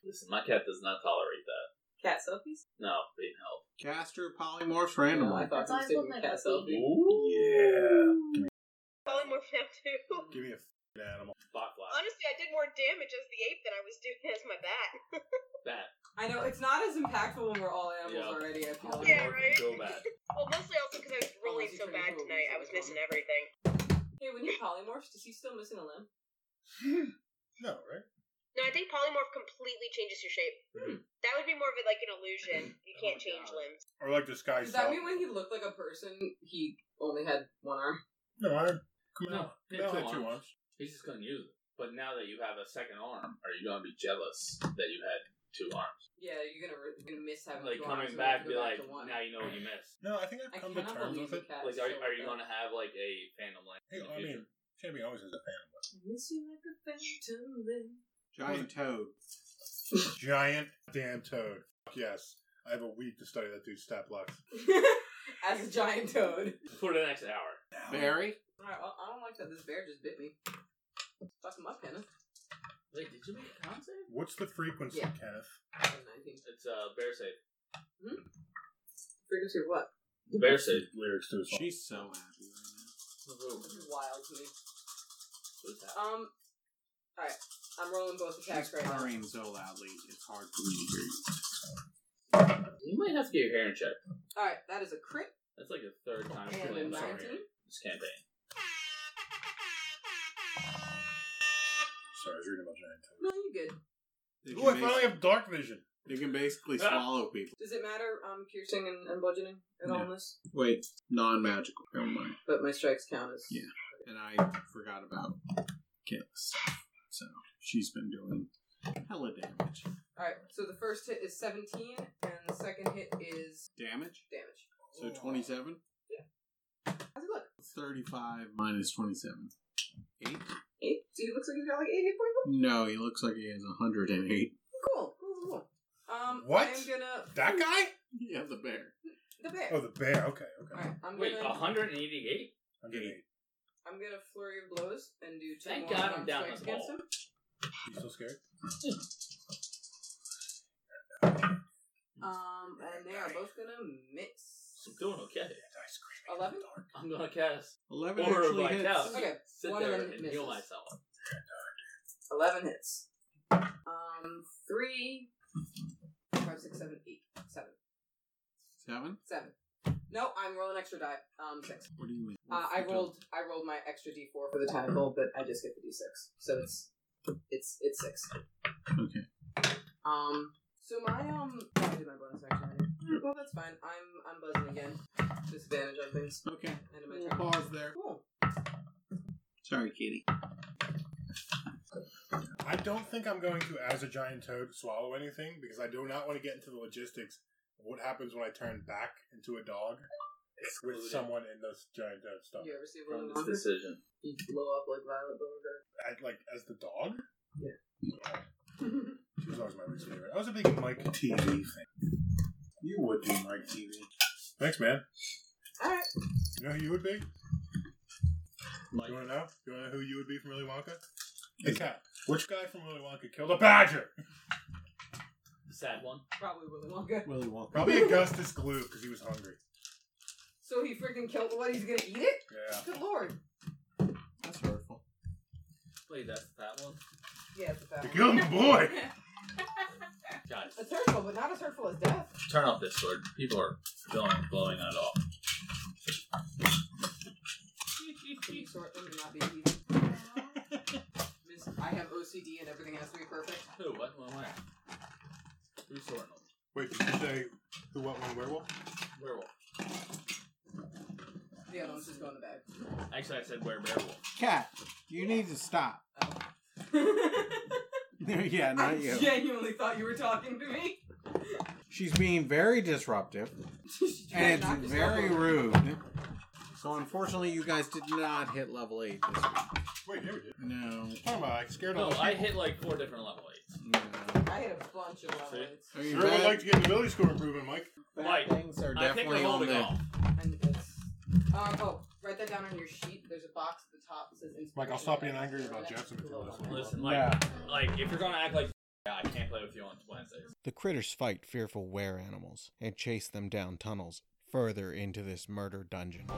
Speaker 3: Listen, my cat does not tolerate that.
Speaker 4: Cat selfies?
Speaker 3: No, being held.
Speaker 5: Caster polymorphs
Speaker 4: Yeah, I
Speaker 5: randomly.
Speaker 4: thought
Speaker 2: That's why I
Speaker 4: she was
Speaker 2: pulled
Speaker 4: taking
Speaker 2: my
Speaker 4: a cat
Speaker 2: puppy.
Speaker 4: selfie.
Speaker 6: Yeah.
Speaker 7: Polymorph now too.
Speaker 6: Give me a f***ing animal.
Speaker 3: Botfly.
Speaker 7: Honestly, I did more damage as the ape than I was doing as my bat.
Speaker 3: Bat.
Speaker 4: I know, it's not as impactful when we're all animals
Speaker 3: Yeah.
Speaker 4: already, I feel like.
Speaker 7: Yeah,
Speaker 3: Polymorph
Speaker 7: right?
Speaker 3: Go bad.
Speaker 7: well, mostly also because I was rolling
Speaker 4: Unless you
Speaker 7: so
Speaker 4: turn
Speaker 7: bad
Speaker 4: into a
Speaker 7: tonight, I
Speaker 4: weasel
Speaker 7: was
Speaker 4: or
Speaker 7: missing
Speaker 4: something.
Speaker 7: everything.
Speaker 4: Hey, when you polymorph, does he still missing a limb?
Speaker 6: No, right?
Speaker 7: No, I think polymorph completely changes your shape.
Speaker 3: Hmm.
Speaker 7: That would be more of a, like an illusion. You
Speaker 4: Oh my
Speaker 7: can't change
Speaker 4: God.
Speaker 7: limbs.
Speaker 6: Or like this guy's
Speaker 4: Does that mean when he looked like a person, he only had one arm?
Speaker 6: No, I come
Speaker 3: No,
Speaker 6: out.
Speaker 3: he had two
Speaker 6: Come out had two
Speaker 3: arms.
Speaker 6: arms.
Speaker 3: He's just going to use it. But now that you have a second arm, are you gonna be jealous that you had two arms?
Speaker 4: Yeah, you're gonna, re- you're gonna miss having
Speaker 3: Like
Speaker 4: two
Speaker 3: coming
Speaker 4: arms, so
Speaker 3: back, be
Speaker 4: we have
Speaker 3: like,
Speaker 4: to go back to one.
Speaker 3: now you know what you missed.
Speaker 6: No, I think
Speaker 4: I
Speaker 6: I've come to
Speaker 4: cannot
Speaker 6: terms
Speaker 4: believe
Speaker 6: with it.
Speaker 4: the cat's
Speaker 3: Like, are,
Speaker 4: still
Speaker 3: are you
Speaker 4: there.
Speaker 3: gonna have like a phantom lamp?
Speaker 6: Hey,
Speaker 3: in the
Speaker 6: I
Speaker 3: future?
Speaker 6: mean, Champion always has a
Speaker 4: I miss you like a phantom limb.
Speaker 5: Giant toad.
Speaker 6: family. Giant damn toad. Fuck Yes, I have a week to study that dude's stat blocks.
Speaker 4: As a giant toad.
Speaker 3: for the next hour.
Speaker 5: Barry?
Speaker 4: Alright, well, I don't like that this bear just bit me. Fuck him up, Kenneth.
Speaker 3: Wait, did you make a con save?
Speaker 6: What's the frequency,
Speaker 4: Yeah.
Speaker 6: Kenneth?
Speaker 4: I think.
Speaker 3: It's uh, bear save.
Speaker 4: Frequency of what?
Speaker 3: The bear save.
Speaker 6: Lyrics to a song.
Speaker 5: She's so happy right
Speaker 4: This is wild to me.
Speaker 3: What's that?
Speaker 4: Um, alright. I'm rolling both
Speaker 5: now.
Speaker 4: attacks
Speaker 5: She's
Speaker 4: right now.
Speaker 5: purring so loudly, it's hard for me to hear you.
Speaker 3: You might have to get your hair in check.
Speaker 4: Alright, that is a crit
Speaker 3: That's like the third time
Speaker 4: and
Speaker 3: playing
Speaker 4: a 19.
Speaker 3: this already. This campaign.
Speaker 6: Sorry, I was reading about giant toads.
Speaker 4: No, you good.
Speaker 5: They
Speaker 6: Ooh, I
Speaker 5: can,
Speaker 6: finally
Speaker 5: bas-
Speaker 6: have dark vision.
Speaker 5: they can basically
Speaker 3: Ah.
Speaker 5: swallow people.
Speaker 4: Does it matter um, piercing and, and bludgeoning at all in this?
Speaker 5: Wait, non magical. Never mind.
Speaker 4: But my strikes count as.
Speaker 5: Yeah. And I forgot about Kayla's. So she's been doing hella damage.
Speaker 4: Alright, so the first hit is 17, and the second hit is
Speaker 5: Damage?
Speaker 4: damage.
Speaker 5: So 27?
Speaker 4: How's it look?
Speaker 5: 35 minus 27. 8?
Speaker 4: Eight? So he looks like he's got like 80 hit points.
Speaker 5: No, he looks like he has 108.
Speaker 4: Cool, cool, cool. Um,
Speaker 6: What?
Speaker 4: I'm gonna.
Speaker 6: That guy?
Speaker 5: Yeah, the bear.
Speaker 4: The bear.
Speaker 6: Oh, the bear. Okay, okay.
Speaker 4: Alright, I'm
Speaker 3: Wait, uh-huh.
Speaker 4: gonna.
Speaker 3: 188?
Speaker 6: I'm getting eight.
Speaker 4: I'm gonna flurry of blows and do two
Speaker 3: Thank
Speaker 4: more
Speaker 3: God I'm
Speaker 4: unarmed
Speaker 3: down
Speaker 4: strikes
Speaker 3: the
Speaker 4: against
Speaker 3: ball.
Speaker 4: him.
Speaker 6: You still scared?
Speaker 4: Um, and they are both gonna miss.
Speaker 3: I'm doing okay.
Speaker 4: Eleven.
Speaker 3: I'm gonna cast
Speaker 5: 11
Speaker 3: Order of
Speaker 5: actually hits.
Speaker 3: Vitality.
Speaker 4: Okay,
Speaker 3: Sit
Speaker 4: one of
Speaker 3: there
Speaker 4: them
Speaker 3: and heal
Speaker 4: misses.
Speaker 3: myself.
Speaker 4: Eleven hits. Um, three, five, six, seven, eight, seven,
Speaker 5: 7?
Speaker 4: seven. No, I'm rolling extra die. Um, six.
Speaker 5: What do you mean?
Speaker 4: Uh, I rolled. I rolled my extra d4 for the tentacle, but I just get the d6, so it's it's it's six.
Speaker 5: Okay.
Speaker 4: Um. So my um. oh, I did my bonus action. already. Well, that's fine. I'm I'm buzzing again. Disadvantage on things.
Speaker 5: Okay.
Speaker 4: End of my
Speaker 5: We'll
Speaker 4: turn.
Speaker 5: pause there.
Speaker 4: Cool.
Speaker 5: Sorry, kitty.
Speaker 6: I don't think I'm going to, as a giant toad, swallow anything because I do not want to get into the logistics of what happens when I turn back into a dog with
Speaker 3: Excluded
Speaker 6: someone in this giant toad stuff.
Speaker 4: You ever see
Speaker 3: From
Speaker 4: Rolling
Speaker 3: this
Speaker 4: Longer?
Speaker 3: decision.
Speaker 4: You blow up like Violet Beauregard.
Speaker 6: I, like, as the dog?
Speaker 4: Yeah.
Speaker 6: She was always my least favorite. I was a big Mike TV thing. You would do Mike TV. Thanks, man.
Speaker 4: All right.
Speaker 6: You know who you would be?
Speaker 5: Mike.
Speaker 6: You want to know? You want to know who you would be from Willy Wonka? Hey, Cat. Which guy from Willy Wonka killed a badger?
Speaker 3: The sad one.
Speaker 4: Probably Willy Wonka.
Speaker 5: Willy Wonka.
Speaker 6: Probably Augustus Gloop because he was hungry.
Speaker 4: So he freaking killed what? He's gonna eat it?
Speaker 6: Yeah.
Speaker 4: Good lord.
Speaker 5: That's hurtful.
Speaker 3: Wait, that's that one?
Speaker 4: Yeah, it's a
Speaker 6: They
Speaker 4: bad one.
Speaker 6: killed my boy.
Speaker 3: Guys,
Speaker 4: It's hurtful, but not as hurtful as death.
Speaker 3: turn off this sword. People are blowing, blowing that off.
Speaker 4: Being short and not being even. Miss, I have OCD and everything has to be perfect.
Speaker 3: Who? What? What? Where? Who's sorting them?
Speaker 6: Wait, did you say who, what, when, werewolf?
Speaker 3: Werewolf.
Speaker 4: The other one's just going in the bag.
Speaker 3: Actually, I said were werewolf.
Speaker 5: Cat, you need to stop. yeah, not
Speaker 4: I
Speaker 5: you.
Speaker 4: genuinely thought you were talking to me.
Speaker 5: She's being very disruptive
Speaker 4: She tried to
Speaker 5: and
Speaker 4: knock
Speaker 5: it's
Speaker 4: us
Speaker 5: very
Speaker 4: over.
Speaker 5: rude. So unfortunately, you guys did not hit level eight this week.
Speaker 6: Wait, yeah, we did.
Speaker 5: No,
Speaker 6: Talking about, I scared
Speaker 3: No,
Speaker 6: all those
Speaker 3: I
Speaker 6: people.
Speaker 3: hit like four different level eights.
Speaker 5: no.
Speaker 4: I hit a bunch of levels.
Speaker 5: I mean,
Speaker 6: Sure would
Speaker 5: bad,
Speaker 6: like to get an ability score improvement, Mike.
Speaker 5: bad
Speaker 3: Mike,
Speaker 5: things are
Speaker 3: I think we're
Speaker 5: definitely on
Speaker 3: holding
Speaker 5: the.
Speaker 3: off.
Speaker 4: And it's. Um, oh, write that down on your sheet. There's a box at the top that says.
Speaker 6: Mike, I'll
Speaker 4: inspiration
Speaker 6: stop being
Speaker 4: text.
Speaker 6: angry about
Speaker 4: Throw that
Speaker 6: Jeff's until
Speaker 4: below.
Speaker 6: this one.
Speaker 3: Listen, Mike,
Speaker 5: Yeah.
Speaker 3: like if you're gonna act like yeah, I can't play with you on Wednesdays.
Speaker 1: The critters fight fearful were animals and chase them down tunnels further into this murder dungeon.